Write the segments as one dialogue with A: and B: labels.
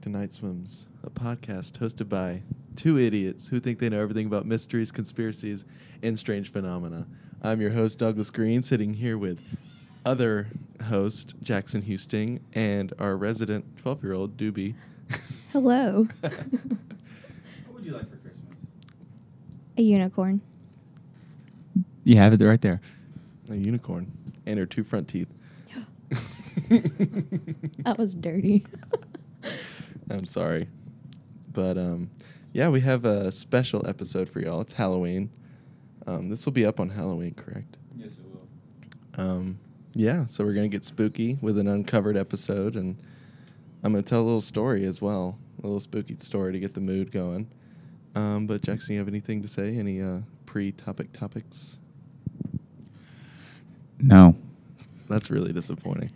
A: Possums, a podcast hosted by two idiots who think they know everything about mysteries, conspiracies, and strange phenomena. I'm your host, Douglas Green, sitting here with other host, Jackson Houston, and our resident 12 year old, Doobie.
B: Hello.
C: What would you like for Christmas?
B: a unicorn.
D: You have it right there.
A: a unicorn, and her two front teeth.
B: That was dirty.
A: I'm sorry. But um, yeah, we have a special episode for y'all. It's Halloween. Um, this will be up on Halloween, correct?
C: Yes, it will.
A: Um, yeah, so we're going to get spooky with an uncovered episode. And I'm going to tell a little story as well, a little spooky story to get the mood going. Um, but Jackson, you have anything to say? Any uh, pre topic topics?
D: No.
A: That's really disappointing.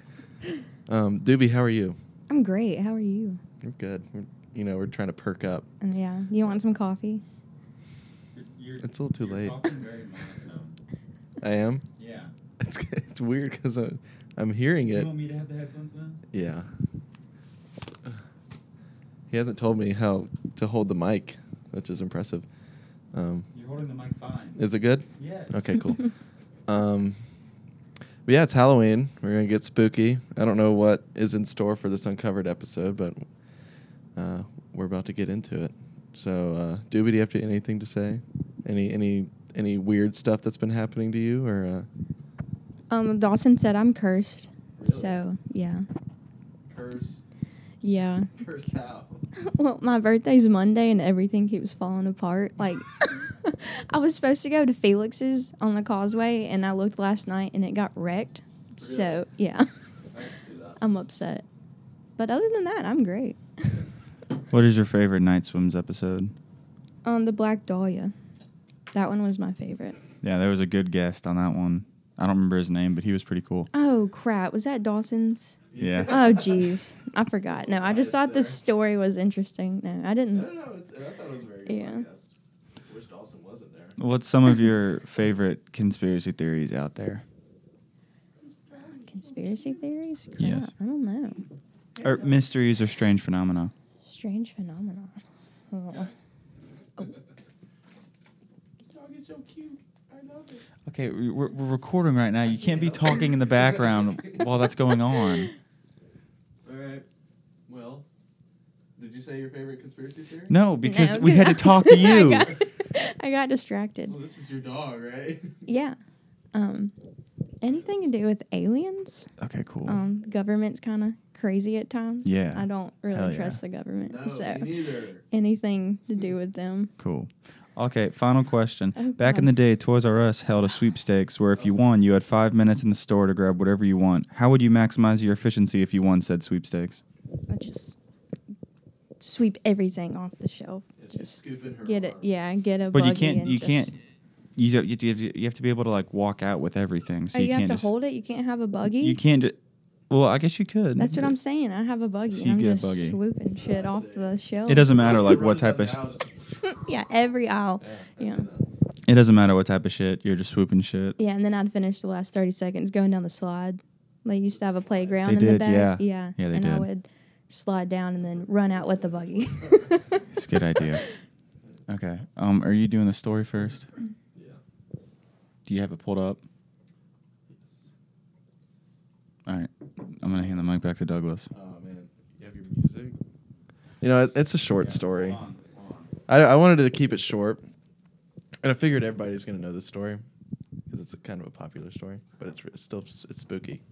A: Um, Doobie, how are you?
B: I'm great. How are you?
A: We're good. We're, you know, we're trying to perk up.
B: And yeah, you want some coffee?
C: You're, you're,
A: It's a little too
C: you're
A: late.
C: Talking very monotone.
A: I am.
C: Yeah.
A: It's it's weird because I'm, I'm hearing
C: Do you
A: it.
C: want me to have the headphones then?
A: Yeah. He hasn't told me how to hold the mic, which is impressive. Um,
C: You're holding the mic fine.
A: is it good?
C: Yes.
A: Okay, cool. Um, but yeah, it's Halloween. We're gonna get spooky. I don't know what is in store for this uncovered episode, but uh, we're about to get into it. So, uh, Doobie, do you have to, anything to say? Any any any weird stuff that's been happening to you, or uh?
B: Um, Dawson said I'm cursed.
A: Really?
B: So yeah,
A: uh, curse
B: yeah.
A: curse how?
B: well, my birthday's Monday and everything keeps falling apart. Like, I was supposed to go to Felix's on the causeway, and I looked last night and it got wrecked. So yeah,
A: I can see that.
B: I'm upset. But other than that, I'm great.
D: What is your favorite night swims episode?
B: Um, the Black Dahlia. That one was my favorite.
D: Yeah, there was a good guest on that one. I don't remember his name, but he was pretty cool.
B: Oh crap! Was that Dawson's?
D: Yeah.
B: Oh jeez, I forgot. No, I
A: Nice
B: just thought
A: there.
B: this story was interesting. No,
A: No,
B: I didn't.
A: no, it's, I thought it was a very good
B: Hmm. Yeah.
A: podcast. Wish Dawson wasn't there.
D: What's some of your favorite conspiracy theories out there?
B: Conspiracy theories? Crap,
D: Yes.
B: I don't know.
D: Or mysteries or strange phenomena?
B: Strange phenomena. Oh.
A: Dog is so cute. I love it.
D: Okay, we- we're, we're recording right now. You can't be talking in the background while that's going on.
A: All right. Well, did you say your favorite conspiracy theory?
D: No, because
B: No,
D: we had to talk to you.
B: I, got, I got distracted.
A: Well, this is your dog, right?
B: Yeah. Um, anything to do with aliens?
D: Okay, cool.
B: Um, government's kind of crazy at times.
D: Yeah.
B: I don't really
D: Hell yeah.
B: trust the government.
A: No,
B: so
A: me neither.
B: anything to do with them?
D: Cool. Okay, final question.
B: Oh,
D: Back in
B: God.
D: the day, Toys R Us held a sweepstakes where if you won, you had five minutes in the store to grab whatever you want. How would you maximize your efficiency if you won said sweepstakes?
B: I just sweep everything off the shelf.
A: Yeah, she's
B: Just
A: scooping her
B: get it.
A: arm.
B: Yeah, get a.
D: But you
B: buggy
D: can't.
B: and
D: You
B: just-
D: can't. You don't. You have, to, you have to be able to like walk out with everything. So
B: oh, you,
D: you,
B: have
D: can't
B: to
D: just,
B: hold it. You can't have a buggy.
D: You can't. Ju- well, I guess you could.
B: That's what I'm saying. I have a buggy.
D: She
B: and I'm
D: get a
B: just
D: buggy.
B: swooping shit
A: I
B: off
A: see.
B: the shelf.
D: It doesn't matter like
A: Run
D: what
A: it
D: type
A: up
D: of.
A: now, just-
B: yeah, every aisle.
A: Yeah, I
B: Yeah.
A: see that.
D: It doesn't matter what type of shit. You're just swooping shit.
B: Yeah, and then I'd finish the last thirty seconds going down the slide. They used to have a playground
D: They
B: in the
D: did,
B: back.
D: yeah. Yeah, they
B: and I
D: did.
B: would slide down and then run out with the buggy.
D: It's a good idea. Okay. Um. Are you doing the story first?
A: Yeah.
D: Do you have it pulled up? All right. I'm gonna hand the mic back to Douglas.
A: Oh man, you have your music. You know, it- it's a short
C: Yeah,
A: story.
C: Hold on, hold on.
A: I, I wanted to keep it short, and I figured everybody's gonna know this story because it's a kind of a popular story, but it's, re- it's still s- it's spooky.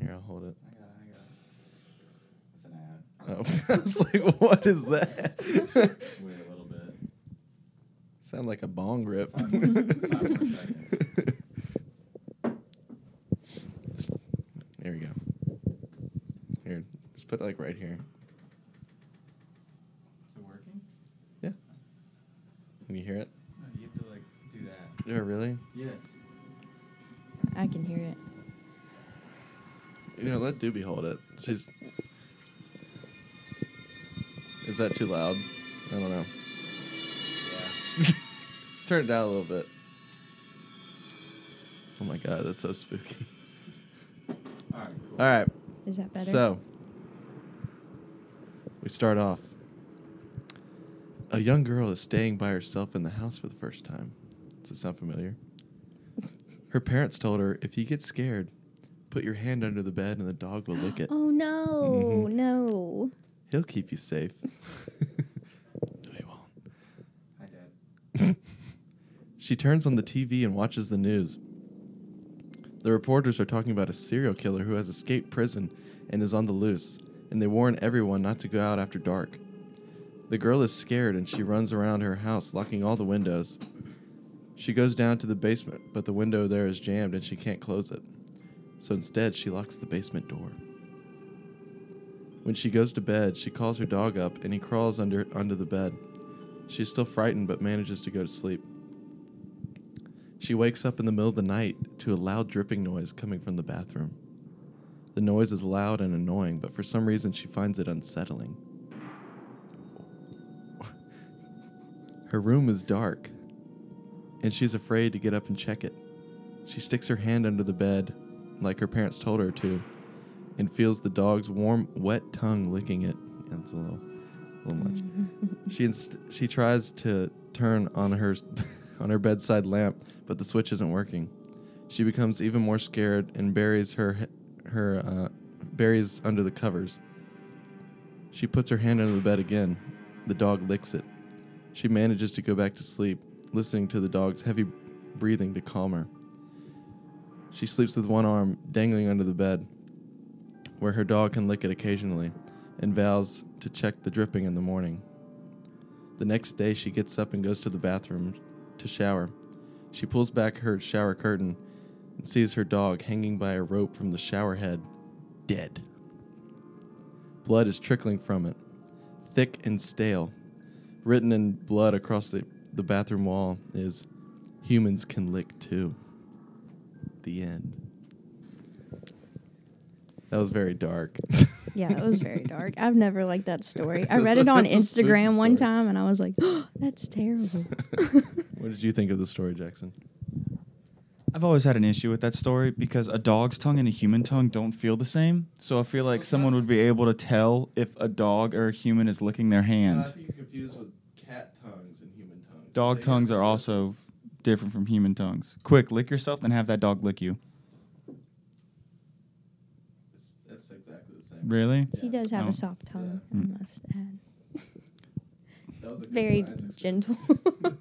A: Here, I'll hold it.
C: I got it, I got it. That's an ad.
A: Oh, I was like, "What is that?"
C: Wait a little bit.
A: Sound like a bong rip.
C: Five more- five more seconds.
A: there we go. Here, just put it like right here.
C: Is it working?
A: Can you hear it?
C: No, you have to like do that.
A: Oh, really?
C: Yes.
B: I can hear it.
A: You know, let Doobie hold it. She's. Is that too loud? I don't know.
C: Yeah.
A: Let's turn it down a little bit. Oh my god, that's so spooky.
C: All right. Cool.
A: All right,
B: Is that better?
A: so We start off. A young girl is staying by herself in the house for the first time. Does it sound familiar? Her parents told her if you get scared, put your hand under the bed and the dog will lick it.
B: Oh no,
D: Mm-hmm.
A: Mhm.
B: no.
A: He'll keep you safe. no, he won't.
C: Hi, Dad.
A: She turns on the TV and watches the news. The reporters are talking about a serial killer who has escaped prison and is on the loose, and they warn everyone not to go out after dark. The girl is scared and she runs around her house, locking all the windows. She goes down to the basement, but the window there is jammed and she can't close it. So instead, she locks the basement door. When she goes to bed, she calls her dog up and he crawls under under the bed. She is still frightened but manages to go to sleep. She wakes up in the middle of the night to a loud dripping noise coming from the bathroom. The noise is loud and annoying, but for some reason she finds it unsettling. Her room is dark, and she's afraid to get up and check it. She sticks her hand under the bed, like her parents told her to, and feels the dog's warm, wet tongue licking it. That's a little, a little much. She inst- she tries to turn on her on her bedside lamp, but the switch isn't working. She becomes even more scared and buries her he- her uh, buries under the covers. She puts her hand under the bed again. The dog licks it. She manages to go back to sleep, listening to the dog's heavy breathing to calm her. She sleeps with one arm dangling under the bed, where her dog can lick it occasionally, and vows to check the dripping in the morning. The next day, she gets up and goes to the bathroom to shower. She pulls back her shower curtain and sees her dog hanging by a rope from the shower head, dead. Blood is trickling from it, thick and stale. Written in blood across the, the bathroom wall is Humans can lick too. The end. That was very dark.
B: Yeah, it was very dark. I've never liked that story. I
A: That's
B: read
A: a-
B: it on
A: that's a spooky
B: Instagram one
A: story.
B: time and I was like, "Oh, that's terrible.
A: what did you think of the story, Jackson?
D: I've always had an issue with that story because a dog's tongue and a human tongue don't feel the same. So I feel like someone would be able to tell if a dog or a human is licking their hand.
A: you confused with cat tongues and human tongues.
D: Dog tongues are also different from human tongues. Quick, lick yourself and have that dog lick you.
A: That's exactly the same.
D: Really?
B: She does have
D: Oh. Mm.
B: a soft tongue, I must add.
A: That was a
B: Very gentle.
D: All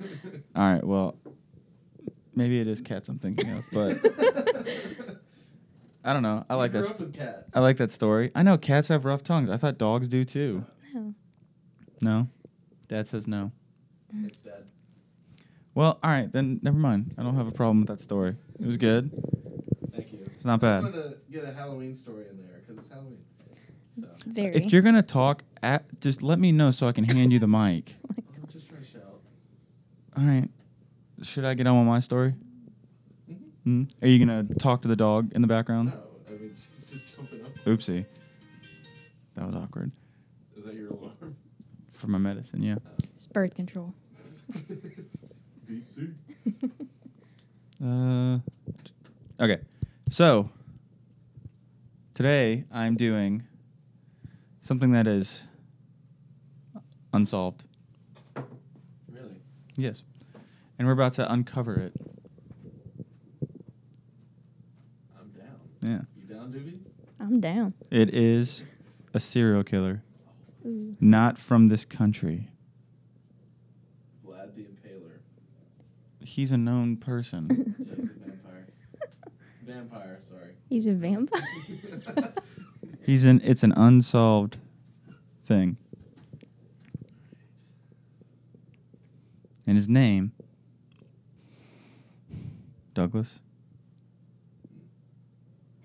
D: right, well, maybe it is cats I'm thinking of, but I don't know. I like that. St-
A: cats.
D: I like that story. I know cats have rough tongues. I thought dogs do too.
B: No.
D: No, Dad says no.
A: It's dead.
D: Well, all right, then never mind. I don't have a problem with that story. It was good.
A: Thank you.
D: It's not bad.
A: to get a Halloween story in there because it's Halloween. So
B: Very.
D: If you're gonna talk, at, just let me know so I can hand you the mic.
A: I'm just trying to shout.
D: All right. Should I get on with my story?
A: Mhm.
D: Mm? Are you gonna talk to the dog in the background?
A: I mean she's just jumping up.
D: Oopsie. That was awkward
A: Is that your alarm?
D: for my medicine. Yeah.
B: it's birth control.
A: DC.
D: Uh, okay. So today I'm doing something that is unsolved.
A: Really?
D: Yes. And we're about to uncover it.
A: I'm down.
D: Yeah.
A: You down, Doobie?
B: I'm down.
D: It is a serial killer,
B: Ooh.
D: not from this country.
A: Vlad the Impaler.
D: He's a known person.
A: Yeah, he's a vampire. Vampire, sorry.
B: He's a vampire.
D: He's an it's an unsolved thing. And his name Douglas?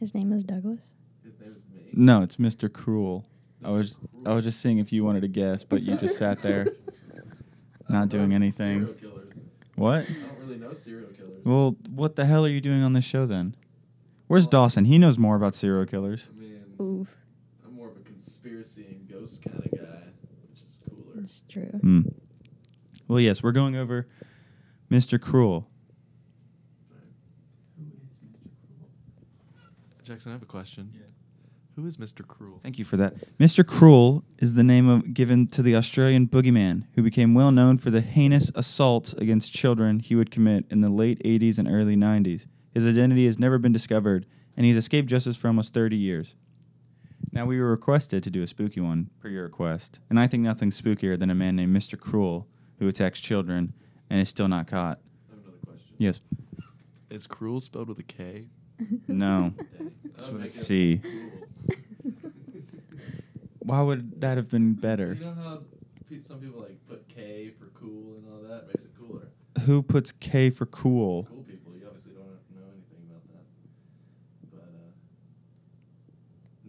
B: His name is Douglas.
A: His name is me.
D: No, it's Mr. Cruel. I
A: Mr.
D: was I
A: Cruel.
D: was just seeing if you wanted to guess, but you just sat there.
A: I
D: not
A: don't
D: doing
A: know
D: anything.
A: Serial killers.
D: What?
A: I don't really know serial killers.
D: Well, what the hell are you doing on this show then? Where's Dawson? He knows more about serial killers.
A: I mean,
B: Oof.
A: I'm more of a conspiracy and ghost kind of guy, which is cooler.
B: It's true.
D: Hmm. Well, yes, we're going over Mr. Cruel.
C: Who is Mr. Cruel?
A: Jackson, I have a question.
C: Yeah.
A: Who is Mr. Cruel?
D: Thank you for that. Mr. Cruel is the name of, given to the Australian boogeyman who became well known for the heinous assaults against children he would commit in the late 80s and early 90s. His identity has never been discovered, and he's escaped justice for almost 30 years. Now, we were requested to do a spooky one per your request, and I think nothing's spookier than a man named Mr. Cruel who attacks children and is still not caught.
A: I have another question.
D: Yes.
A: Is Cruel spelled with a K?
D: No.
A: That's
D: with a C. Why would that have been better?
A: You know how pe- some people like put K for cool and all that makes it cooler.
D: Who puts K for cool?
A: Cool people, you obviously don't know anything about that. But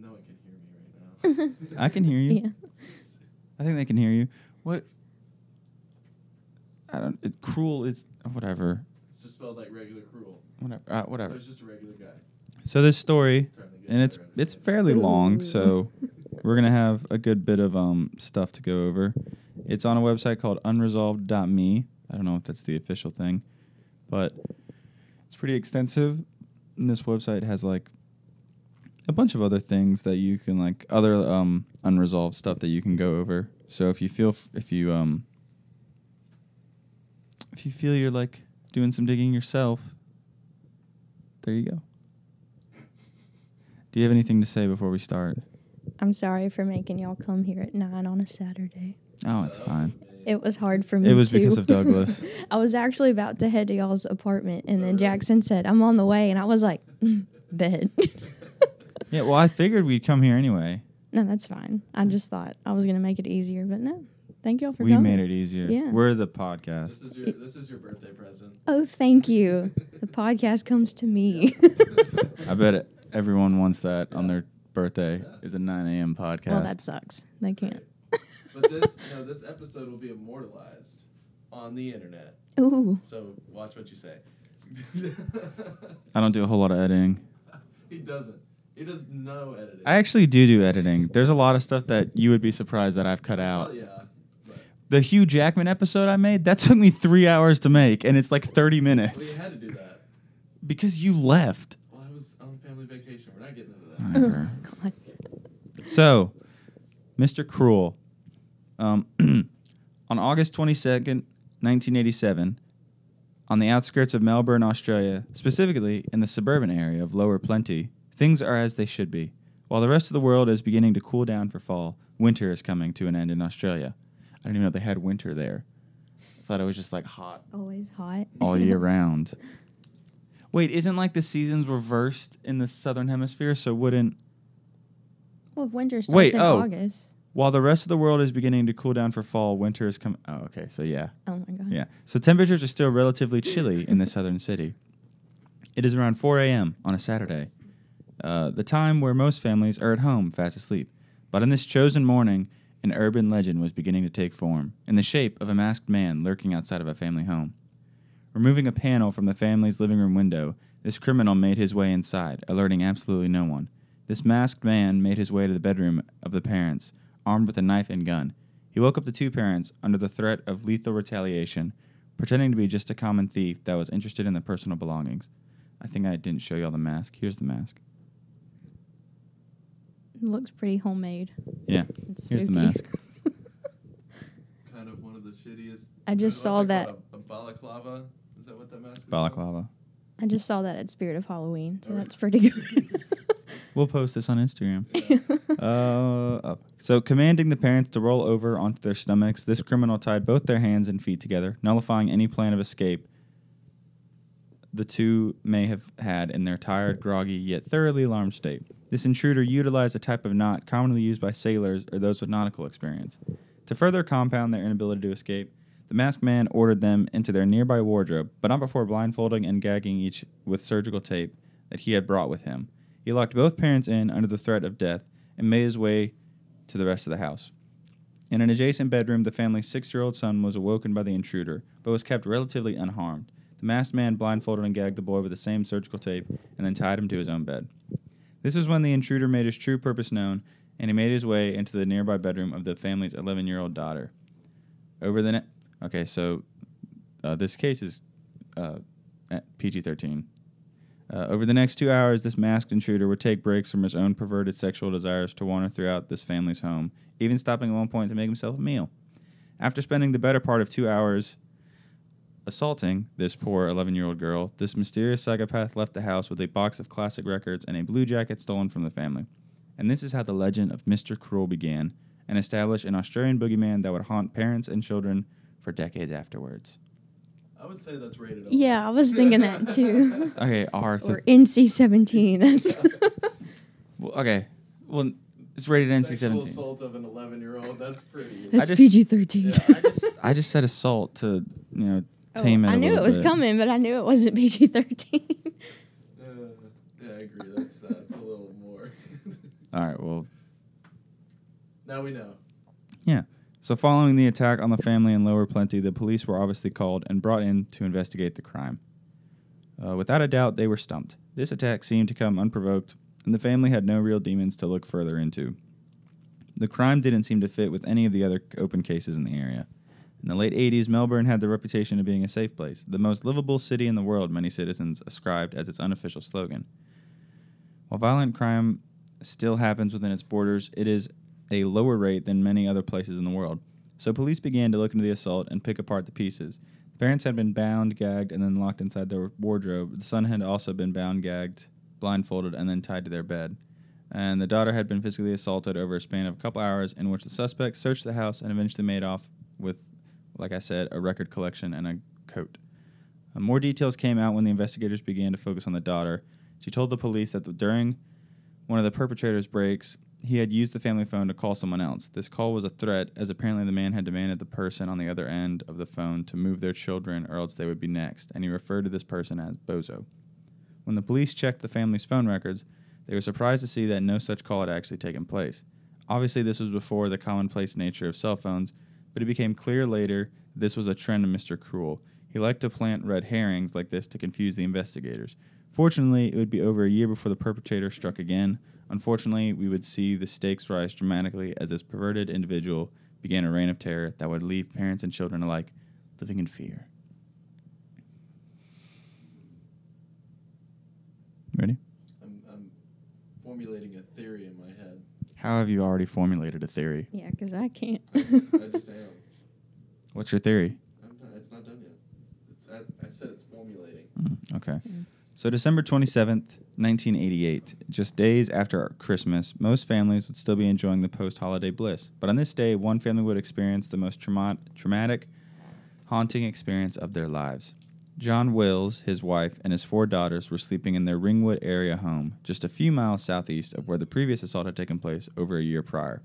A: uh, no one can hear me right now.
D: I can hear you.
B: Yeah.
D: I think they can hear you. What? I don't. It, cruel is whatever.
A: It's just spelled like regular cruel.
D: Whatever. Uh,
A: So
D: whatever.
A: it's just a regular guy.
D: So this story,
A: Trying to get
D: and it's
A: better
D: it's
A: understanding.
D: fairly long,
B: Ooh.
D: so we're gonna have a good bit of um stuff to go over. It's on a website called unresolved.me. I don't know if that's the official thing, but it's pretty extensive. And this website has like a bunch of other things that you can like other um unresolved stuff that you can go over. So if you feel f- if you um if you feel you're like doing some digging yourself, there you go. Do you have anything to say before we start?
B: I'm sorry for making y'all come here at nine on a Saturday.
D: Oh, it's
A: Uh,
D: fine.
B: It was hard for me.
D: It was
B: too.
D: because of Douglas.
B: I was actually about to head to y'all's apartment, and then Jackson said, "I'm on the way," and I was like, "Bet."
D: yeah, well, I figured we'd come here anyway.
B: no, that's fine. I just thought I was gonna make it easier, but no. Thank y'all for
D: we
B: coming.
D: made it easier.
B: Yeah.
D: We're the
A: This
D: podcast.
A: is your this is your birthday present.
B: Oh, thank you. The podcast comes to me.
D: I bet it, everyone wants that on their birthday. Is a 9 a.m. podcast.
B: Well, that sucks. They can't.
A: But this no, this episode will be immortalized on the internet.
B: Ooh.
A: So watch what you say.
D: I don't do a whole lot of editing.
A: he doesn't. He does no editing.
D: I actually do do editing. There's a lot of stuff that you would be surprised that I've cut
A: Well,
D: out.
A: yeah. But
D: The Hugh Jackman episode I made that took me three hours to make, and it's like 30
A: we
D: minutes
A: had to do that.
D: because you left.
A: Well, I was on family vacation. We're not getting into that.
D: Whatever.
B: God.
D: So, Mr. Cruel, um, on August 22nd, 1987, on the outskirts of Melbourne, Australia, specifically in the suburban area of Lower Plenty, things are as they should be. While the rest of the world is beginning to cool down for fall, winter is coming to an end in Australia. I didn't even know they had winter there. I thought it was just like hot
B: Always hot.
D: all year round. Wait, isn't like the seasons reversed in the southern hemisphere? So wouldn't
B: Well, if winter starts
D: Wait,
B: in
D: oh.
B: August.
D: While the rest of the world is beginning to cool down for fall, winter is coming. Oh, okay. So, yeah.
B: Oh my god.
D: Yeah. So, temperatures are still relatively chilly in the southern city. It is around 4 a.m. on a Saturday, uh, the time where most families are at home fast asleep. But on this chosen morning, an urban legend was beginning to take form in the shape of a masked man lurking outside of a family home. Removing a panel from the family's living room window, this criminal made his way inside, alerting absolutely no one. This masked man made his way to the bedroom of the parents, armed with a knife and gun. He woke up the two parents under the threat of lethal retaliation, pretending to be just a common thief that was interested in their personal belongings. I think I didn't show y'all the mask. Here's the mask.
B: Looks pretty homemade.
D: Yeah.
B: and
D: Here's
B: spooky.
D: the mask.
A: Kind of one of the shittiest.
B: I just
A: what's
B: saw
A: it
B: that.
A: called? A, a balaclava. Is that what that mask? is called?
D: Balaclava.
B: I just saw that at Spirit of Halloween, so
A: Alright.
B: that's pretty good.
D: We'll post this on Instagram.
A: Yeah.
D: uh, up. So, commanding the parents to roll over onto their stomachs, this criminal tied both their hands and feet together, nullifying any plan of escape the two may have had in their tired, groggy, yet thoroughly alarmed state. This intruder utilized a type of knot commonly used by sailors or those with nautical experience. To further compound their inability to escape, the masked man ordered them into their nearby wardrobe, but not before blindfolding and gagging each with surgical tape that he had brought with him. He locked both parents in under the threat of death and made his way to the rest of the house. In an adjacent bedroom, the family's six year old son was awoken by the intruder, but was kept relatively unharmed. The masked man blindfolded and gagged the boy with the same surgical tape and then tied him to his own bed. This is when the intruder made his true purpose known, and he made his way into the nearby bedroom of the family's 11 year old daughter. Over the next. Okay, so uh, this case is uh, PG 13. Uh, over the next two hours, this masked intruder would take breaks from his own perverted sexual desires to wander throughout this family's home, even stopping at one point to make himself a meal. After spending the better part of two hours assaulting this poor 11 year old girl, this mysterious psychopath left the house with a box of classic records and a blue jacket stolen from the family. And this is how the legend of Mr. Cruel began and established an Australian boogeyman that would haunt parents and children for decades afterwards.
A: I would say that's rated.
B: Yeah, I was thinking that too.
D: Okay, R.
B: or NC seventeen. That's
D: Well, okay. Well, it's rated NC
A: Sexual
D: 17.
A: assault of an 11 year old. That's pretty.
B: that's
D: just-
B: PG thirteen.
A: yeah, I just, uh,
D: I just said assault to, you know,
B: Oh,
D: tame it.
B: I
D: a
B: knew
D: little
B: it was
D: bit.
B: coming, but I knew it wasn't PG thirteen.
A: uh, yeah, I agree. That's, that's a little more.
D: All right, well.
A: now we know.
D: So, following the attack on the family in Lower Plenty, the police were obviously called and brought in to investigate the crime. Uh, without a doubt, they were stumped. This attack seemed to come unprovoked, and the family had no real demons to look further into. The crime didn't seem to fit with any of the other open cases in the area. In the late 80s, Melbourne had the reputation of being a safe place, the most livable city in the world, many citizens ascribed as its unofficial slogan. While violent crime still happens within its borders, it is a lower rate than many other places in the world. So police began to look into the assault and pick apart the pieces. Parents had been bound, gagged, and then locked inside their wardrobe. The son had also been bound, gagged, blindfolded, and then tied to their bed. And the daughter had been physically assaulted over a span of a couple hours, in which the suspect searched the house and eventually made off with, like I said, a record collection and a coat. Uh, more details came out when the investigators began to focus on the daughter. She told the police that the, during one of the perpetrator's breaks, he had used the family phone to call someone else. This call was a threat, as apparently the man had demanded the person on the other end of the phone to move their children or else they would be next, and he referred to this person as Bozo. When the police checked the family's phone records, they were surprised to see that no such call had actually taken place. Obviously, this was before the commonplace nature of cell phones, but it became clear later this was a trend of Mr. Cruel. He liked to plant red herrings like this to confuse the investigators. Fortunately, it would be over a year before the perpetrator struck again. Unfortunately, we would see the stakes rise dramatically as this perverted individual began a reign of terror that would leave parents and children alike living in fear. Ready?
A: I'm, I'm formulating a theory in my head.
D: How have you already formulated a theory?
B: yeah, because I can't.
A: I just, I just am.
D: What's your theory?
A: I'm not, it's not done yet. It's, I, I said it's formulating.
D: Mm, okay.
B: Mm.
D: So, December 27th, 1988, just days after Christmas, most families would still be enjoying the post holiday bliss. But on this day, one family would experience the most trauma- traumatic, haunting experience of their lives. John Wills, his wife, and his four daughters were sleeping in their Ringwood area home, just a few miles southeast of where the previous assault had taken place over a year prior.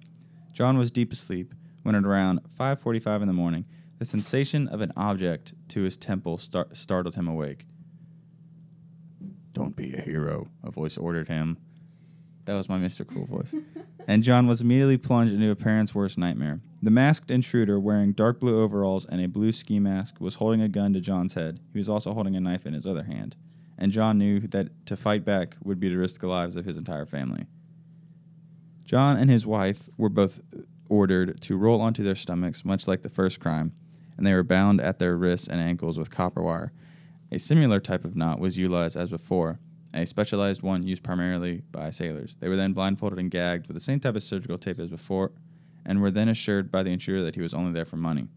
D: John was deep asleep when at around 5:45 in the morning, the sensation of an object to his temple star- startled him awake. Don't be a hero, a voice ordered him. That was my Mr. Cool voice. and John was immediately plunged into a parent's worst nightmare. The masked intruder, wearing dark blue overalls and a blue ski mask, was holding a gun to John's head. He was also holding a knife in his other hand. And John knew that to fight back would be to risk the lives of his entire family. John and his wife were both ordered to roll onto their stomachs, much like the first crime, and they were bound at their wrists and ankles with copper wire. A similar type of knot was utilized as before, a specialized one used primarily by sailors. They were then blindfolded and gagged with the same type of surgical tape as before, and were then assured by the insurer that he was only there for money.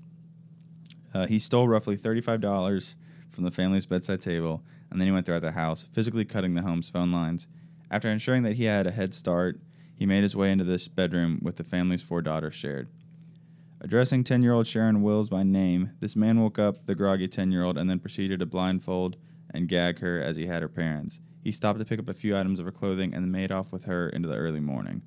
D: Uh, he stole roughly $35 from the family's bedside table, and then he went throughout the house, physically cutting the home's phone lines. After ensuring that he had a head start, he made his way into this bedroom with the family's four daughters shared. Addressing 10 year old Sharon Wills by name, this man woke up the groggy 10 year old and then proceeded to blindfold and gag her as he had her parents. He stopped to pick up a few items of her clothing and made off with her into the early morning.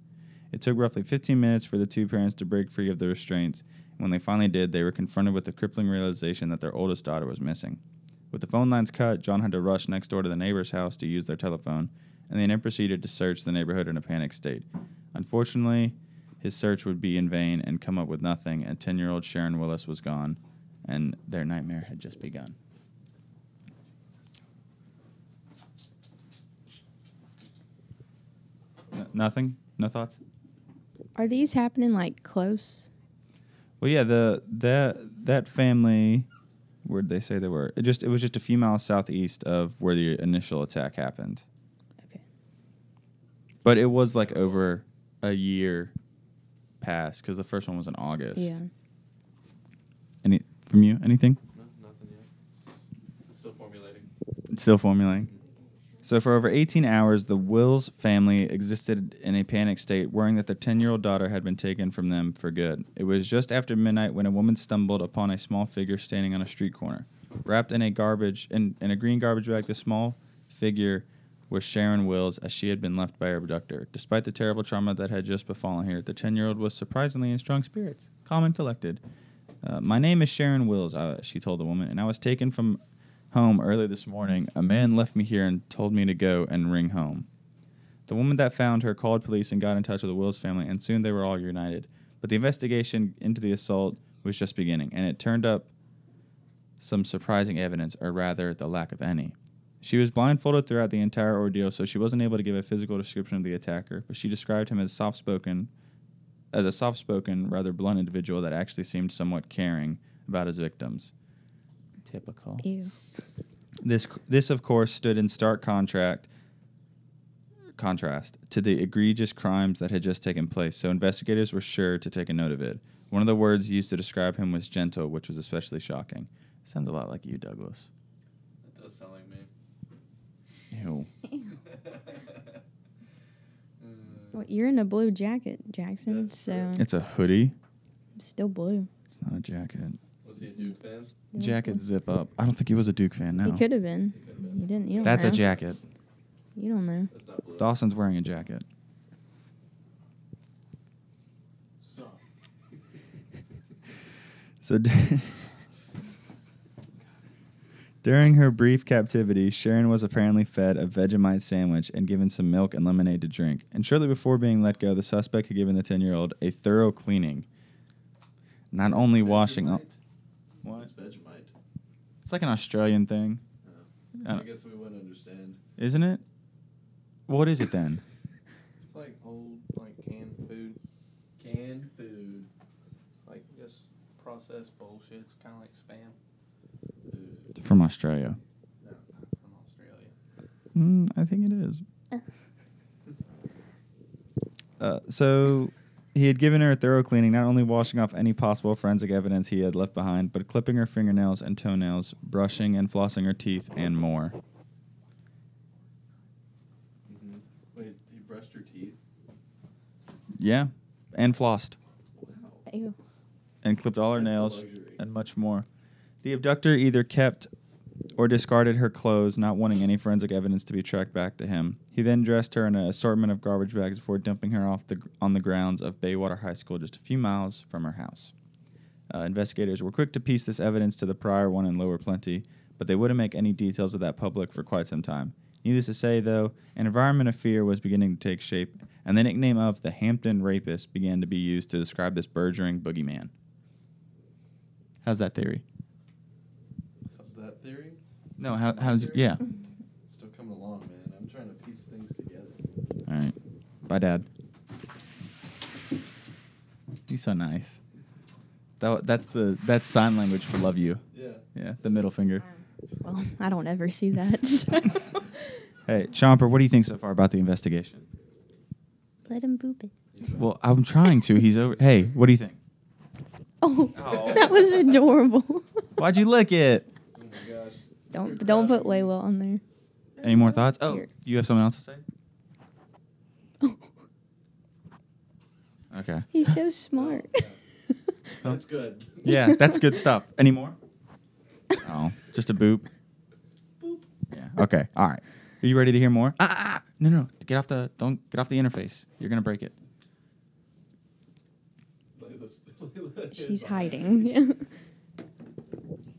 D: It took roughly 15 minutes for the two parents to break free of the restraints. When they finally did, they were confronted with the crippling realization that their oldest daughter was missing. With the phone lines cut, John had to rush next door to the neighbor's house to use their telephone, and they then proceeded to search the neighborhood in a panic state. Unfortunately, his search would be in vain and come up with nothing, and 10 year old Sharon Willis was gone, and their nightmare had just begun. N- nothing? No thoughts?
B: Are these happening like close?
D: Well, yeah, the that that family where'd they say they were? It just it was just a few miles southeast of where the initial attack happened.
E: Okay.
D: But it was like over a year past because the first one was in August.
E: Yeah.
D: Any from you? Anything?
A: No, nothing yet. Still formulating.
D: It's still formulating. So for over 18 hours, the Wills family existed in a panic state, worrying that their 10-year-old daughter had been taken from them for good. It was just after midnight when a woman stumbled upon a small figure standing on a street corner, wrapped in a garbage in, in a green garbage bag. The small figure was Sharon Wills, as she had been left by her abductor. Despite the terrible trauma that had just befallen her, the 10-year-old was surprisingly in strong spirits, calm and collected. Uh, my name is Sharon Wills, uh, she told the woman, and I was taken from home early this morning. A man left me here and told me to go and ring home. The woman that found her called police and got in touch with the Wills family, and soon they were all united. But the investigation into the assault was just beginning, and it turned up some surprising evidence, or rather, the lack of any. She was blindfolded throughout the entire ordeal, so she wasn't able to give a physical description of the attacker, but she described him as soft spoken, as a soft spoken, rather blunt individual that actually seemed somewhat caring about his victims. Typical.
E: Ew.
D: This, this of course, stood in stark contract contrast to the egregious crimes that had just taken place. So investigators were sure to take a note of it. One of the words used to describe him was gentle, which was especially shocking. Sounds a lot like you, Douglas.
A: That does sound like me.
D: Ew.
A: Uh,
B: Well, you're in a blue jacket, Jackson.
A: That's
B: so
A: true.
D: It's a hoodie.
B: I'm still blue.
D: It's not a jacket.
A: Was he a Duke fan?
D: Jacket zip up. I don't think he was a Duke fan.
B: He
D: No.
B: could have been.
A: He could have been.
B: You didn't. You don't
D: That's
B: know.
D: a jacket.
B: You don't know.
A: That's not blue.
D: Dawson's wearing a jacket.
C: So,
D: So d- during her brief captivity, Sharon was apparently fed a Vegemite sandwich and given some milk and lemonade to drink. And shortly before being let go, the suspect had given the 10 year old a thorough cleaning. Not only washing up.
A: It's Vegemite.
D: It's like an Australian thing, I
A: I
D: don't-
A: guess we wouldn't understand.
D: isn't it? What is it then?
C: it's like old, like canned food. Canned food. Like just processed bullshit. It's kind of like spam.
D: From Australia.
C: No, from Australia.
D: Mm, I think it is. Uh, so he had given her a thorough cleaning, not only washing off any possible forensic evidence he had left behind, but clipping her fingernails and toenails, brushing and flossing her teeth, and more.
A: Mm-hmm. Wait, he brushed your teeth?
D: Yeah, and flossed
A: Wow.
B: Ew.
D: and clipped all her
A: That's a
D: nails
A: luxury.
D: and much more. The abductor either kept or discarded her clothes, not wanting any forensic evidence to be tracked back to him. He then dressed her in an assortment of garbage bags before dumping her off the, on the grounds of Baywater High School, just a few miles from her house. Uh, investigators were quick to piece this evidence to the prior one in Lower Plenty, but they wouldn't make any details of that public for quite some time. Needless to say, though, an environment of fear was beginning to take shape, and the nickname of the Hampton Rapist began to be used to describe this burgeoning boogeyman. How's that theory?
A: How's that theory?
D: No, how,
A: My
D: how's
A: theory?
D: yeah?
A: It's still coming along, man. I'm trying to piece things together.
D: All right, bye, Dad. He's so nice. That, that's the that's sign language for love you.
A: Yeah.
D: Yeah, the middle finger.
B: Well, I don't ever see that. So.
D: Hey, Chomper, what do you think so far about the investigation?
E: Let him boop it.
D: Well, I'm trying to. He's over. Hey, what do you think?
B: oh, that was adorable.
D: Why'd you lick it?
A: Oh my gosh.
B: don't
A: You're
B: don't put
A: cracking me.
B: Layla on there.
D: Any more thoughts? Oh,
B: Here.
D: you have something else to say? Okay.
B: He's so smart.
A: That's good.
D: Yeah, that's good stuff. Any more? Oh, just a boop. Yeah. Okay. All right. Are you ready to hear more? Ah, ah, ah. No, no. Get off the. Don't get off the interface. You're gonna break it.
A: Layla's- Layla is
B: She's
A: on.
B: hiding.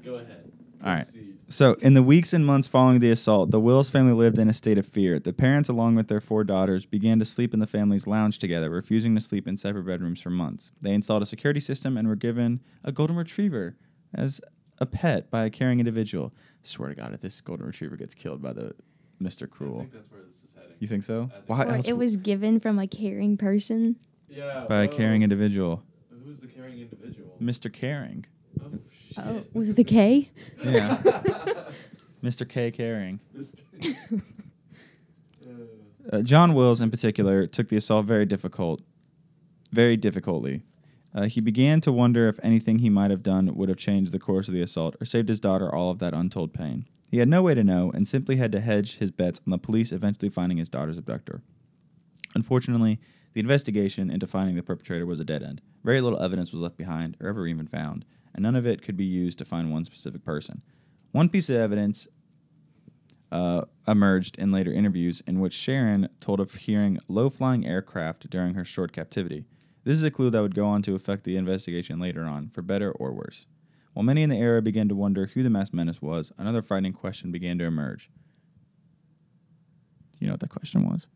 A: Go ahead.
D: All right.
A: Proceed.
D: So, in the weeks and months following the assault, the Wills family lived in a state of fear. The parents, along with their four daughters, began to sleep in the family's lounge together, refusing to sleep in separate bedrooms for months. They installed a security system and were given a golden retriever as a pet by a caring individual. swear to God, if this golden retriever gets killed by the Mr.
A: I
D: Cruel,
A: think that's where this is heading.
D: you think so?
A: I think
D: Why
B: or
D: else
B: it
D: would-
B: was given from a caring person.
A: yeah.
D: by a
A: whoa.
D: caring individual, Mm.
A: Who's the caring individual?
D: Mr. Caring.
A: Oh, shit.
E: Oh, was the K?
D: Yeah. Mr. K carrying. Uh, John Wills, in particular, took the assault very difficult, very difficultly. Uh, he began to wonder if anything he might have done would have changed the course of the assault or saved his daughter all of that untold pain. He had no way to know and simply had to hedge his bets on the police eventually finding his daughter's abductor. Unfortunately, the investigation into finding the perpetrator was a dead end. Very little evidence was left behind or ever even found, and none of it could be used to find one specific person. One piece of evidence uh, emerged in later interviews in which Sharon told of hearing low flying aircraft during her short captivity. This is a clue that would go on to affect the investigation later on, for better or worse. While many in the era began to wonder who the masked menace was, another frightening question began to emerge. You know what that question was?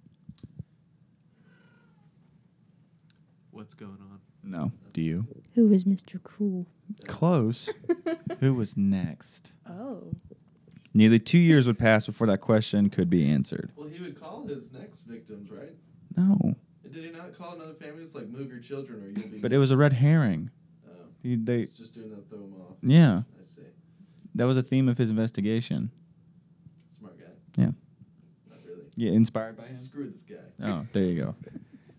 A: What's going on?
D: No. Do you?
E: Who was Mr. Cruel?
D: Close. who was next?
E: Oh.
D: Nearly two years would pass before that question could be answered.
A: Well, he would call his next victims, right?
D: No.
A: Did he not call another family? It's like move your children or you'll be.
D: But it was a red herring.
A: Oh,
D: He, they,
A: he's just doing that, throw him off.
D: yeah,
A: I see.
D: that was a theme of his investigation.
A: Smart guy.
D: Yeah.
A: Not really.
D: Yeah, inspired by him.
A: Screw this guy.
D: Oh, there you go.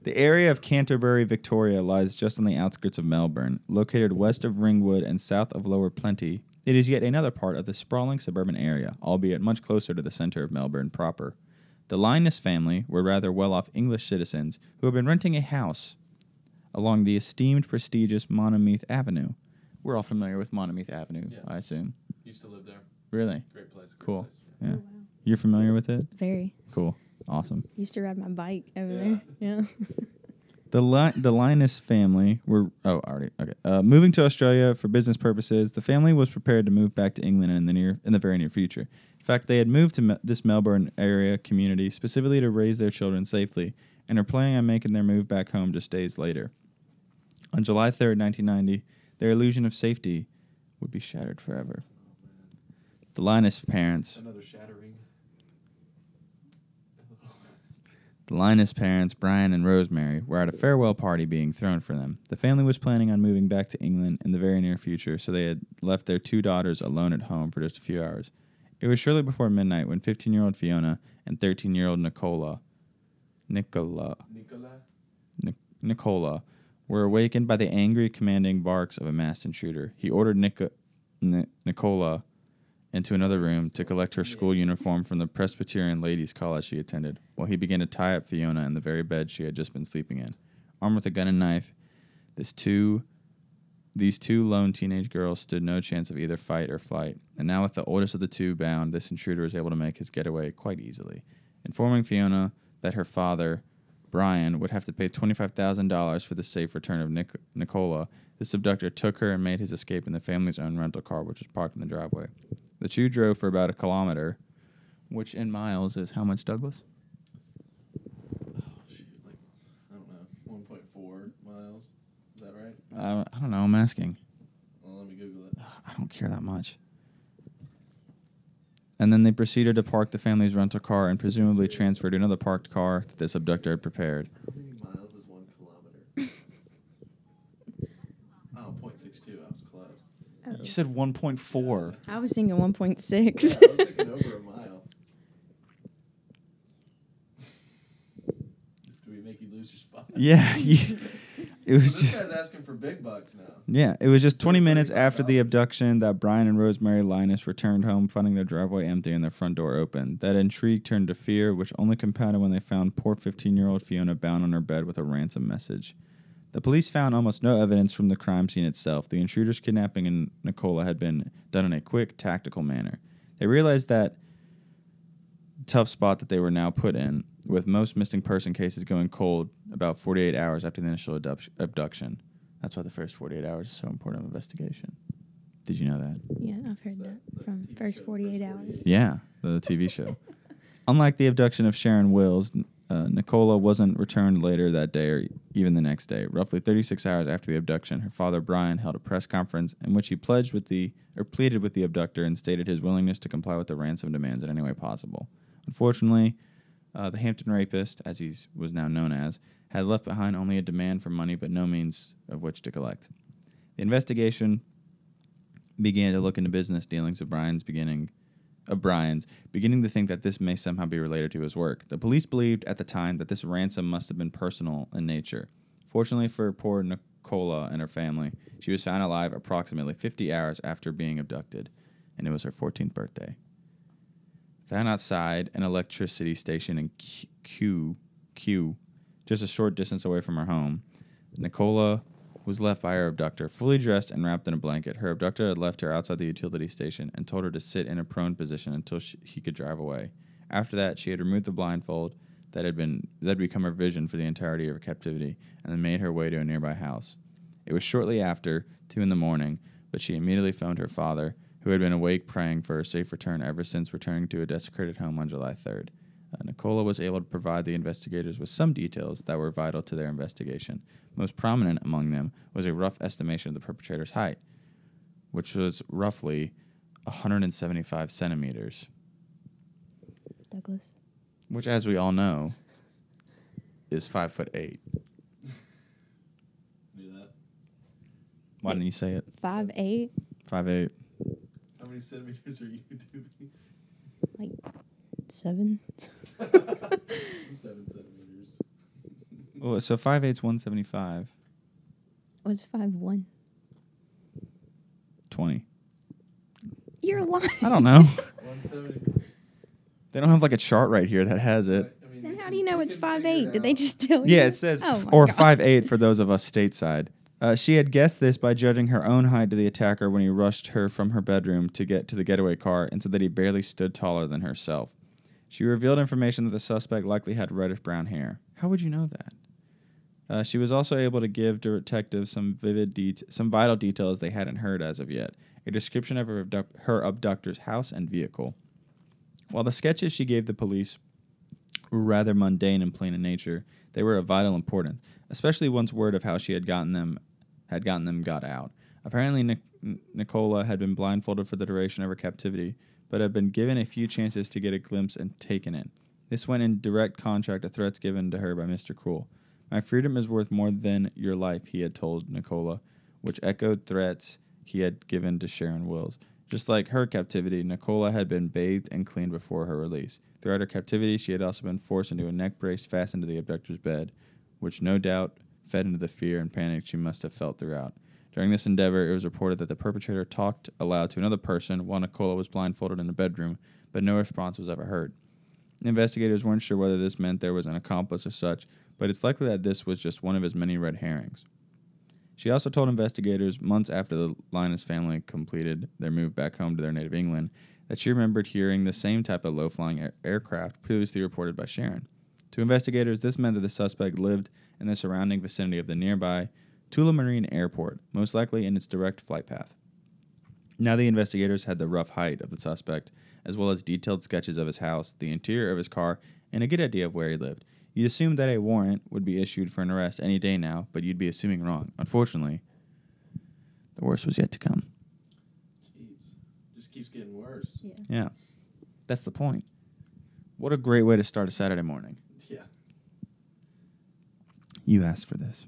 D: The area of Canterbury, Victoria lies just on the outskirts of Melbourne. Located west of Ringwood and south of Lower Plenty, it is yet another part of the sprawling suburban area, albeit much closer to the center of Melbourne proper. The Linus family were rather well off English citizens who had been renting a house along the esteemed, prestigious Monomeath Avenue. We're all familiar with Monomeath Avenue,
A: Yeah.
D: I assume.
A: Used to live there.
D: Really?
A: Great place. Great
D: Cool.
A: place.
E: Oh,
D: Yeah. You're familiar with it?
E: Very.
D: Cool. Awesome.
E: Used to ride my bike over
A: Yeah.
E: there. Yeah.
D: The Li- the Linus family were oh already okay uh, moving to Australia for business purposes. The family was prepared to move back to England in the near in the very near future. In fact, they had moved to me- this Melbourne area community specifically to raise their children safely, and are planning on making their move back home just days later. On July third, nineteen ninety, their illusion of safety would be shattered forever. The Linus parents
A: Another shattering.
D: The Linus parents, Brian and Rosemary, were at a farewell party being thrown for them. The family was planning on moving back to England in the very near future, so they had left their two daughters alone at home for just a few hours. It was shortly before midnight when 15 year old Fiona and 13 year old Nicola, Nicola,
A: Nicola.
D: Nicola were awakened by the angry, commanding barks of a masked intruder. He ordered Nic- Ni- Nicola into another room to collect her school uniform from the Presbyterian Ladies' College she attended, while he began to tie up Fiona in the very bed she had just been sleeping in. Armed with a gun and knife, this two, these two lone teenage girls stood no chance of either fight or flight, and now with the oldest of the two bound, this intruder was able to make his getaway quite easily, informing Fiona that her father, Brian would have to pay $25,000 for the safe return of Nic- Nicola. This abductor took her and made his escape in the family's own rental car, which was parked in the driveway. The two drove for about a kilometer, which in miles is how much, Douglas?
A: Oh shoot! Like I don't know, 1.4 miles. Is that right?
D: Uh, I don't know. I'm asking.
A: Well, let me Google it.
D: I don't care that much. And then they proceeded to park the family's rental car and presumably transfer to another parked car that this abductor had prepared.
A: How many miles is one kilometer? oh, 0.62. I was close.
D: You said 1.4.
E: I was thinking
A: Yeah,
E: 1.6.
A: I was thinking over a mile. Do we make you lose your spot?
D: Yeah. you- it was
A: this
D: just.
A: guy's asking for big bucks now.
D: Yeah, it was just
A: So
D: 20
A: it's
D: minutes
A: pretty
D: after the
A: rough.
D: abduction that Brian and Rosemary Linus returned home, finding their driveway empty and their front door open. That intrigue turned to fear, which only compounded when they found poor 15 year old Fiona bound on her bed with a ransom message. The police found almost no evidence from the crime scene itself. The intruder's kidnapping in Nicola had been done in a quick, tactical manner. They realized that tough spot that they were now put in, with most missing person cases going cold about 48 hours after the initial abduct- abduction. That's why the first 48 hours is so important of investigation. Did you know that?
E: yeah, I've heard
A: Is that
E: that
A: the
E: from
A: TV show,
E: first
A: First
E: 48
A: 48?
E: hours.
D: Yeah, the TV show. Unlike the abduction of Sharon Wills, uh, Nicola wasn't returned later that day or even the next day. Roughly 36 hours after the abduction, her father Brian held a press conference in which he pledged with the or pleaded with the abductor and stated his willingness to comply with the ransom demands in any way possible. Unfortunately, uh, the Hampton rapist, as he was now known as, had left behind only a demand for money but no means of which to collect. The investigation began to look into business dealings of Brian's beginning of Brian's, beginning to think that this may somehow be related to his work. The police believed at the time that this ransom must have been personal in nature. Fortunately for poor Nicola and her family, she was found alive approximately 50 hours after being abducted, and it was her 14th birthday. Found outside an electricity station in Q, Q, Q just a short distance away from her home, Nicola was left by her abductor, fully dressed and wrapped in a blanket. Her abductor had left her outside the utility station and told her to sit in a prone position until she, he could drive away. After that, she had removed the blindfold that had been that had become her vision for the entirety of her captivity, and then made her way to a nearby house. It was shortly after two in the morning, but she immediately phoned her father, who had been awake praying for a safe return ever since returning to a desecrated home on July 3rd. Uh, Nicola was able to provide the investigators with some details that were vital to their investigation. Most prominent among them was a rough estimation of the perpetrator's height, which was roughly 175 centimeters,
E: Douglas.
D: which, as we all know, is five foot eight.
A: Do that.
D: Why didn't you say it?
E: Five eight,
D: Five eight.
A: How many centimeters are you doing?
E: seven.
A: I'm seven centimeters.
D: Oh, so five eight's 175.
B: Oh,
E: What's five one?
D: 20.
E: You're lying.
D: I don't know.
A: One seventy.
D: they don't have like a chart right here that has it.
A: I mean,
B: Then
A: we
B: how
A: can-
B: do you know
A: we
B: it's
A: can
B: five
A: figure
B: eight? Did they
A: out.
B: just tell you?
D: Yeah, it says
B: Oh
D: f-
B: my
D: or
B: God.
D: five eight for those of us stateside. Uh, she had guessed this by judging her own height to the attacker when he rushed her from her bedroom to get to the getaway car and said that he barely stood taller than herself. She revealed information that the suspect likely had reddish brown hair. How would you know that? Uh, she was also able to give detectives some vivid, det- some vital details they hadn't heard as of yet: a description of her, abduct- her abductor's house and vehicle. While the sketches she gave the police were rather mundane and plain in nature, they were of vital importance, especially one's word of how she had gotten them had gotten them got out. Apparently, Nic- N- Nicola had been blindfolded for the duration of her captivity, but had been given a few chances to get a glimpse and taken it. This went in direct contract to threats given to her by Mr. Cruel. My freedom is worth more than your life, he had told Nicola, which echoed threats he had given to Sharon Wills. Just like her captivity, Nicola had been bathed and cleaned before her release. Throughout her captivity, she had also been forced into a neck brace fastened to the abductor's bed, which no doubt fed into the fear and panic she must have felt throughout. During this endeavor, it was reported that the perpetrator talked aloud to another person while Nicola was blindfolded in the bedroom, but no response was ever heard. Investigators weren't sure whether this meant there was an accomplice or such, but it's likely that this was just one of his many red herrings. She also told investigators months after the Linus family completed their move back home to their native England that she remembered hearing the same type of low flying air- aircraft previously reported by Sharon. To investigators, this meant that the suspect lived in the surrounding vicinity of the nearby Tullamarine Airport, most likely in its direct flight path. Now the investigators had the rough height of the suspect, as well as detailed sketches of his house, the interior of his car, and a good idea of where he lived. You'd assume that a warrant would be issued for an arrest any day now, but you'd be assuming wrong. Unfortunately, the worst was yet to come.
A: Jeez. Just keeps getting worse.
D: Yeah. That's the point. What a great way to start a Saturday morning.
A: Yeah.
D: You asked for this.